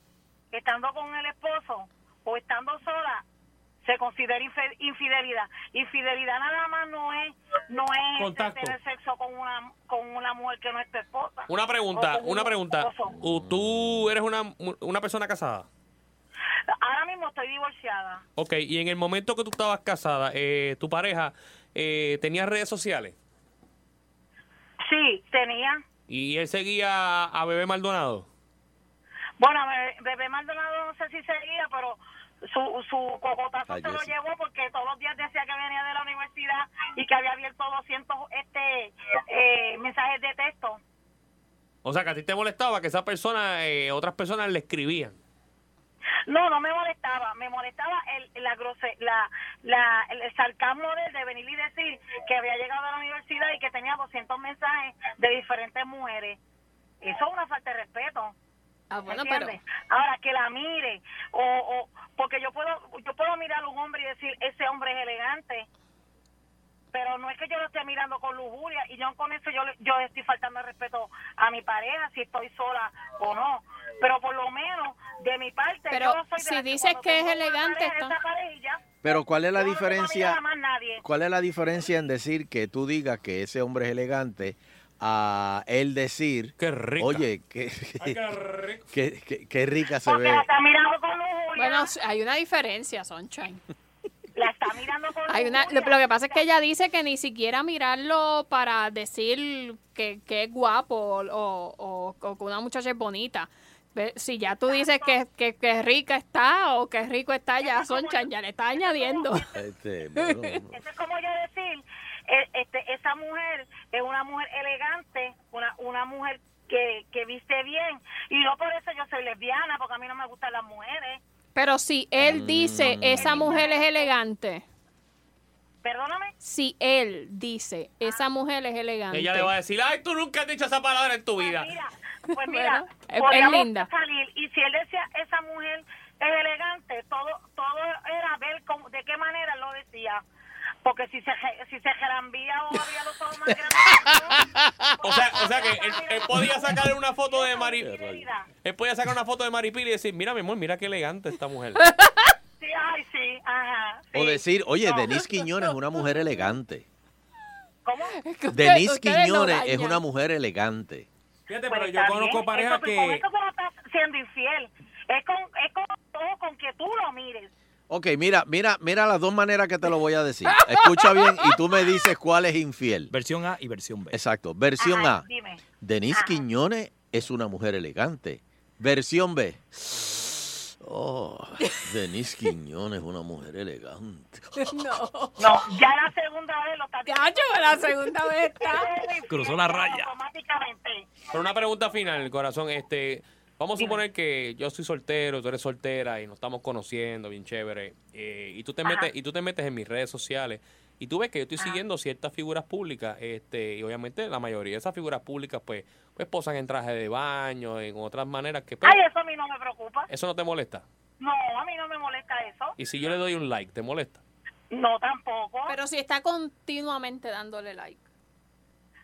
K: estando con el esposo o estando sola, se considera infe- infidelidad. Infidelidad nada más no es no es
F: Contacto.
K: tener sexo con una con una mujer que no es tu esposa.
F: Una pregunta,
K: O con
F: una
K: un
F: pregunta.
K: esposo.
F: U- ¿Tú eres una, mu- una persona casada?
K: Ahora mismo estoy divorciada.
F: Ok, y en el momento que tú estabas casada, eh, tu pareja eh, tenía redes sociales
K: Sí, tenía
F: y él seguía a Bebé Maldonado.
K: Bueno, Be- Bebé Maldonado no sé si seguía, pero su, su cocotazo
F: Ay,
K: se lo
F: Jessy.
K: llevó porque todos los días decía que venía de la universidad y que había abierto 200 este, eh, mensajes de texto.
F: O sea, que a ti te molestaba que esa persona, eh, otras personas le escribían.
K: No, no me molestaba, me molestaba el, la grose- la, la- el sarcasmo de él de venir y decir que había llegado a la universidad y que tenía 200 mensajes de diferentes mujeres. Eso es una falta de respeto.
H: Ah, bueno,
K: ¿Entiendes? Ahora que la mire, o, o- porque yo puedo yo puedo mirar a un hombre y decir, ese hombre es elegante, pero no es que yo lo esté mirando con lujuria, y yo con eso yo, le- yo estoy faltando el respeto a mi pareja, si estoy sola o no, pero por lo menos de mi parte,
H: Pero
K: yo no soy de
H: si
K: las
H: dices
K: cuando
H: que es
K: tengo una
H: elegante,
K: pareja,
H: está-
K: esa pareja y ya.
C: Pero ¿cuál es la
K: Yo no tengo
C: diferencia?
K: mirada más nadie.
C: ¿Cuál es la diferencia en decir que tú digas que ese hombre es elegante a él decir, oye, qué, *laughs* qué- qué- qué rica se ve?
H: Bueno, s- hay una diferencia, Sunshine.
K: La está mirando con
H: Hay una, lo, lo que pasa es que ella dice que ni siquiera mirarlo para decir que, que es guapo o, o- o que una muchacha es bonita. Ve, Si ya tú dices que, que, que rica está o que rico está, ya Sunshine ya le está añadiendo. *laughs*
C: Este, bueno,
K: Eso es como yo decir, eh, este, esa mujer es una mujer elegante, una, una mujer que, que viste bien. Y no por eso yo soy lesbiana, porque a mí no me gustan las mujeres.
H: Pero si él dice, esa mujer es elegante.
K: Perdóname. Ah.
H: Si él dice, esa mujer es elegante.
F: Ella le va a decir, ay, tú nunca has dicho esa palabra en tu vida.
K: Pues mira,
H: Bueno, es- es
K: podíamos
H: linda.
K: salir y si él decía, esa mujer es elegante, todo todo era ver cómo- de qué manera lo decía. Porque si se, je- si se jerambía o había los ojos más grandes,
F: *laughs* O sea, o sea que él, él podía sacarle una foto de Mari... Él podía sacar una foto de Maripili y decir, mira, mi amor, mira qué elegante esta mujer.
K: sí, ay, sí, ajá.
C: o decir, oye, Denise Quiñones es una mujer
D: *laughs*
C: elegante.
K: ¿Cómo?
C: Denise Quiñones es una mujer elegante.
B: Fíjate,
K: Pues
B: pero yo
K: está
B: conozco
K: bien.
B: parejas
K: Eso- Con
B: que...
K: eso tú no estás siendo infiel. Es con, es con todo con que tú lo mires.
C: Ok, mira, mira, mira las dos maneras que te lo voy a decir. Escucha bien y tú me dices cuál es infiel.
D: Versión A y versión B.
C: Exacto, versión
D: Ajá,
C: A.
D: dime.
C: Denise Quiñones es una mujer elegante. Versión B. Oh, Denise Quiñones es una mujer elegante.
H: *laughs* No.
K: No, ya la segunda vez lo estás
H: Ya, la segunda vez
K: *laughs*
H: está.
F: Cruzó la raya.
K: Automáticamente.
F: Pero una pregunta final, corazón, este, vamos a suponer que yo soy soltero, tú eres soltera y nos estamos conociendo, bien chévere, eh, y tú te
B: Ajá.
F: metes y tú te metes en mis redes sociales y tú ves que yo estoy siguiendo ciertas figuras públicas, este, y obviamente la mayoría de esas figuras públicas pues pues posan en traje de baño, en otras maneras que pues,
K: Ay, eso a mí no me preocupa.
F: eso no te molesta.
K: No, a mí no me molesta eso.
F: Y si yo le doy un like, ¿te molesta?
K: No, tampoco.
H: Pero si está continuamente dándole like.
C: *laughs*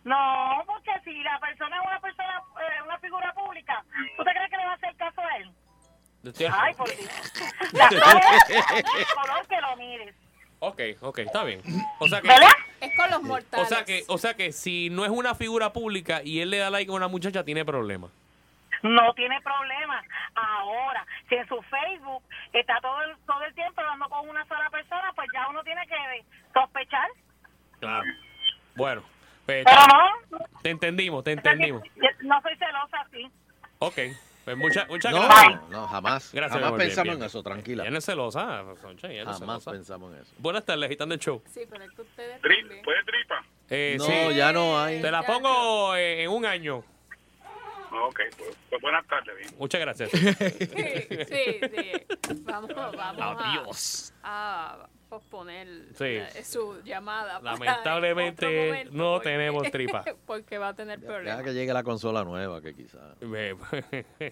K: No, porque si la persona es una persona, eh, una figura pública, ¿tú te crees que le va a hacer caso a él? Ay,
F: *laughs*
K: por Dios. *laughs* La cosa es el color que lo
F: *laughs*
K: mires.
F: Ok, ok, está bien. O sea que
H: Es con los
F: O
H: mortales.
F: sea que o sea que si no es una figura pública y él le da like a una muchacha tiene problemas.
K: No tiene problema. Ahora, si en su Facebook está todo el, todo el tiempo dando con una sola persona, pues ya uno tiene que sospechar.
F: Claro. Bueno, pues,
K: Pero
F: te entendimos, te entendimos.
K: Yo No soy celosa así.
F: Ok, pues mucha- muchas
C: No,
F: gracias.
C: no, jamás.
F: Gracias,
C: jamás
F: mi amor, bien,
C: pensamos
F: bien.
C: en eso, tranquila.
F: Ella no es celosa, Soncha, ella no es
C: Jamás
F: celosa.
C: pensamos en eso.
F: Buenas tardes, agitando el show.
H: Sí, pero es que ustedes.
F: Eh,
C: No,
F: sí.
C: ya no hay.
F: Te la pongo eh, en un año.
W: Ok, pues, pues buenas tardes. bien.
C: *laughs*
F: Muchas gracias.
H: Sí, sí,
F: *laughs*
H: sí. Vamos, vamos a,
F: Adiós.
H: a posponer
F: Sí.
H: eh, su llamada. para otro
F: Lamentablemente
H: momento,
F: no
H: porque-
F: tenemos tripa.
H: *laughs* Porque va a tener
C: Deja
H: problemas.
C: que llegue la consola nueva, que quizás.
F: *laughs*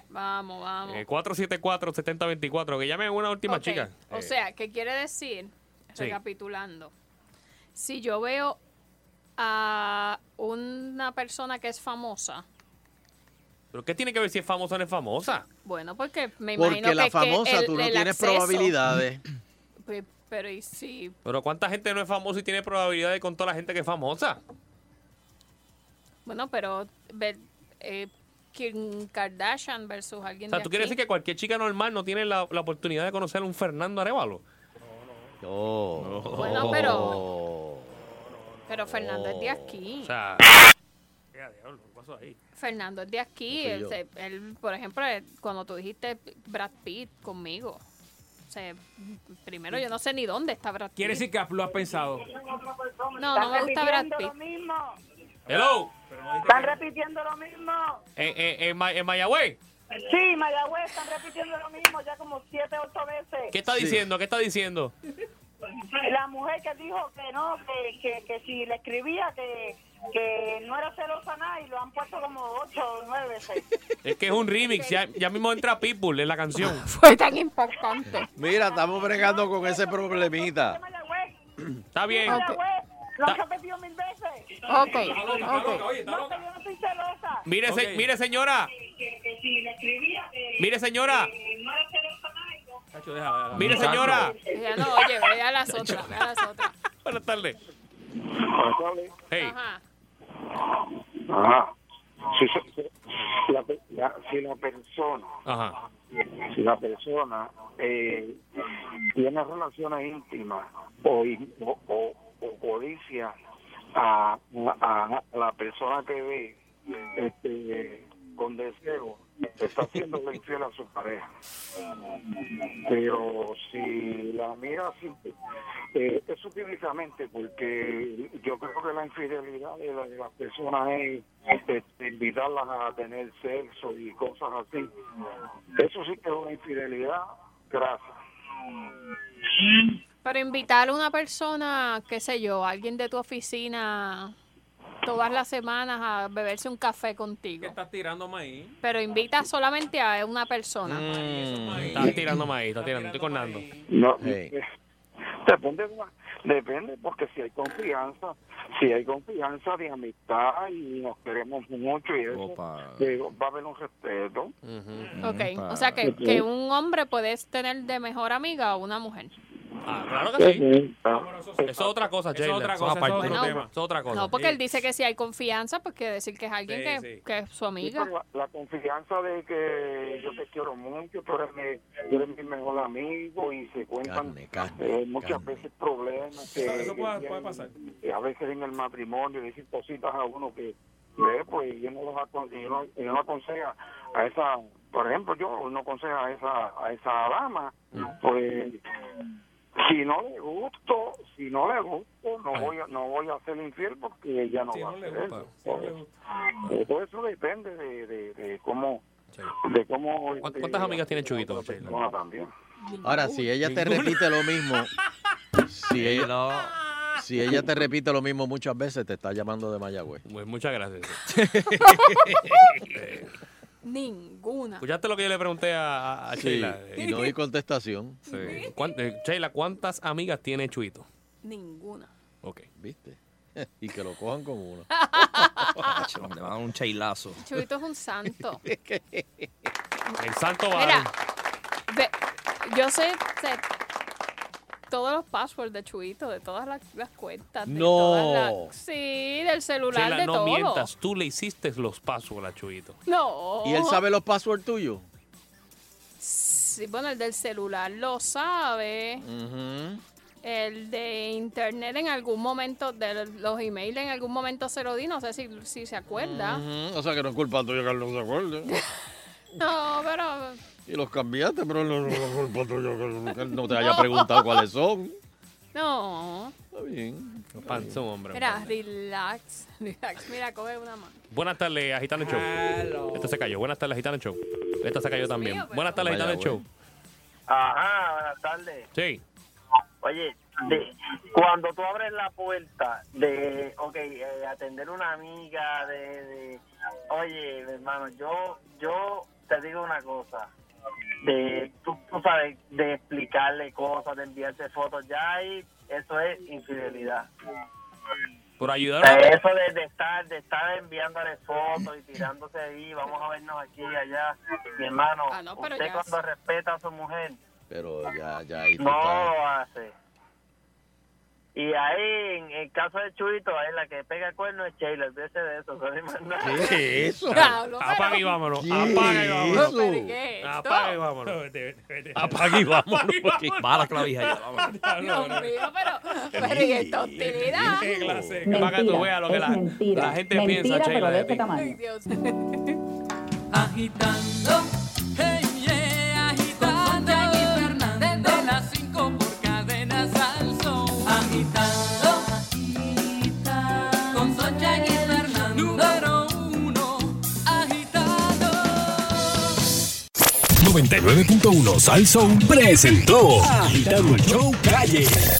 H: Vamos, vamos.
F: Eh, 474-7024. Que llamen una última
H: Ok,
F: chica.
H: O
F: Eh,
H: sea, ¿qué quiere decir?
F: Sí.
H: Recapitulando. Si yo veo a una persona que es famosa,
F: ¿Pero qué tiene que ver si es famosa o no es famosa?
H: bueno, porque me imagino
C: Porque la
H: que- que
C: famosa,
H: el-
C: tú no
H: el
C: tienes
H: acceso-
C: probabilidades.
H: *laughs* Pe- Pero y si,
F: Pero ¿cuánta gente no es famosa y tiene probabilidades con toda la gente que es famosa?
H: bueno, pero ver, eh, Kim Kardashian versus
F: O
H: alguien
F: sea,
H: de
F: ¿tú quieres
H: aquí.
F: decir que cualquier chica normal no tiene la, la oportunidad de conocer a un Fernando Arevalo?
C: No.
H: Bueno, pero pero Fernando es de aquí.
F: Oh, O sea...
H: Fernando es de aquí.
F: No fui
H: él,
F: yo.
H: se- él, por ejemplo, él- cuando tú dijiste Brad Pitt conmigo, o sea, primero yo no sé ni dónde está Brad Pitt.
B: Quiere decir que lo has pensado.
H: No, no me gusta Brad
K: repitiendo
H: Pitt.
K: lo mismo.
F: Hello.
K: Están repitiendo lo mismo.
F: En, en, en Ma- en Mayagüez.
K: Sí, Mayagüez, están repitiendo lo mismo ya como siete, ocho veces.
F: ¿Qué está diciendo? ¿Qué está diciendo?
K: La mujer que dijo que no, que, que, que si le escribía que, que no era celosa nada y lo han puesto como ocho o nueve veces.
F: Es que es un remix. Ya, ya mismo entra Pitbull en la canción.
H: *laughs* Fue tan impactante.
C: *laughs* Mira, estamos bregando con ese problemita.
F: Está bien.
K: Mayagüez, lo han repetido mil veces.
H: Ok,
F: ok.
K: No, que yo no soy celosa.
F: Mire, se-
K: Ok.
F: mire, señora.
K: Que, que si le escribía que...
F: Mire, señora.
K: que no era celosa nada y lo-
F: Mire, señora.
H: Ya no, oye, ve a
F: *laughs*
H: las otras, ve a las otras.
F: Buenas tardes. Hey.
H: Ajá.
W: Ajá. Si, se- la pe- la- si la persona,
F: Ajá.
W: si la persona eh, tiene relaciones íntimas o, in- o, o- o codicia a, a- a la persona que ve
G: eh,
W: este, con deseo, está haciendo infiel a su pareja. Pero si la mira simple- eh, eso típicamente, porque yo creo que la infidelidad de, la- de las personas es este, invitarlas a tener sexo y cosas así. Eso sí que es una infidelidad, gracias.
H: Pero invitar a una persona, qué sé yo, alguien de tu oficina todas las semanas a beberse un café contigo.
B: Estás tirando maíz.
H: Pero invita solamente a una persona.
F: Está tirando maíz, está tirando. Estoy con Nando.
W: No, Depende, de la- depende, porque si hay confianza, si hay confianza de amistad y nos queremos mucho y eso, pero va a haber un respeto.
H: Ok, o sea
W: Ah,
H: que, que un hombre puedes tener de mejor amiga a una mujer.
F: Ah, claro que sí.
W: Eso
F: es otra cosa,
B: Eso es
F: Jayla.
B: otra
F: Eso
B: cosa, eso es
F: aparte.
B: otro tema.
F: Eso es otra cosa.
H: No, porque él dice que si hay confianza, pues quiere decir que es alguien
F: Sí,
H: que,
F: sí.
H: que es su amiga.
W: Sí, pero la, la confianza de que yo te quiero mucho, tú eres mi, tú eres mi mejor amigo y se cuentan eh, muchas veces problemas. Que,
B: Eso puede-
W: que
B: puede
W: tienen,
B: pasar.
W: eh, a veces en el matrimonio dicen cositas a uno que ve, pues yo no los acon- yo no, yo no aconsejo a esa, por ejemplo, yo no aconsejo a esa, a esa dama, pues si no le gusto, si no le gusto, no voy a, no voy a ser infiel porque ella no
B: Si
W: va
B: no
W: a
B: le
W: ser
B: gusta,
W: eso.
K: Ah,
W: Eh,
K: pues,
W: Todo eso depende de, de, de cómo, de cómo. este,
F: ¿Cuántas amigas tiene Chuguito, Sheila?
W: persona también.
C: Ahora, si ella te repite lo mismo, si ella, si ella te repite lo mismo muchas veces, te está llamando de Mayagüez.
F: Pues muchas gracias.
H: Ninguna.
F: ¿Escuchaste Pues lo que yo le pregunté a, a
C: Sí,
F: Sheila?
C: y no hay contestación.
F: ¿Cuán- eh, Sheila, ¿cuántas amigas tiene Chuito?
H: Ninguna.
F: Ok.
C: ¿Viste? *laughs* Y que lo cojan con uno.
D: Le van a dar un chailazo.
H: Chubito es un santo.
F: El santo
H: Mira, ve- yo sé, sé todos los passwords de Chuito, de todas las, las cuentas. de
F: No.
H: todas las- sí, del celular,
F: Sheila,
H: de
F: no
H: todo.
F: mientas, tú le hiciste los pasos a Chuito.
H: No.
C: ¿Y él sabe los passwords tuyos?
H: Sí, bueno, el del celular lo sabe. El de internet en algún momento, de los emails en algún momento se lo di, no sé si, si se acuerda.
F: Mm.
C: Ujú, O sea que no es culpa tuya que él no se acuerde.
H: No, pero
C: Y los cambiaste, pero no no es culpa tuya que él no te haya preguntado cuáles son.
H: No.
F: Está bien. Panzón, hombre.
H: Mira, relax, *laughs* relax. Mira, coge una mano.
F: Buenas tardes, Agitando el Show. Esta se cayó. Buenas tardes, Agitando el Show. Esta se cayó también.
H: mío, pero-
F: Buenas tardes, Agitando el
C: Vaya,
F: Show.
G: Ajá, buenas tardes.
F: Sí.
G: Oye, de- cuando tú abres la puerta de, ok, eh, atender una amiga, de, de- oye, hermano, yo, yo te digo una cosa, de, tú, tú sabes, de explicarle cosas, de enviarte fotos, ya ahí, eso es infidelidad.
F: Por
G: O
F: ayudar
G: sea,
K: pues,
F: a-
G: Eso de, de estar, de estar enviándole fotos y tirándose ahí, vamos a vernos aquí y allá, mi hermano,
H: Ah, no, pero
G: usted
H: ya-
G: cuando respeta a su mujer,
C: Pero ya, ya ahí tú
G: no
C: estás-
G: lo hace. Y ahí, en el caso de Chuito, ahí la que pega el cuerno es Sheila, olvídese de eso, no hay más nada.
F: ¿Qué es eso?
G: Diablo, pero-
F: Apaga y vámonos.
G: ¿Qué
F: Apaga y vámonos.
G: es eso? ¿Qué es esto?
F: Apaga y vámonos.
B: Apaga y vámonos. Va la clavija ya,
F: *laughs*
A: Dios mío, pero, pero ¿y esta hostilidad?
F: Qué clase. Para que tú veas lo que la, la gente piensa, Sheila, de
M: este
F: ti.
A: Ay, Dios. *laughs* Agitando, hey, yeah, agitando. de las cinco por cadenas al sol. Agitando, con Soncha y Fernando. Número uno, agitando.
X: 99.1 Sal Soul presentó Agitando el Show Calle.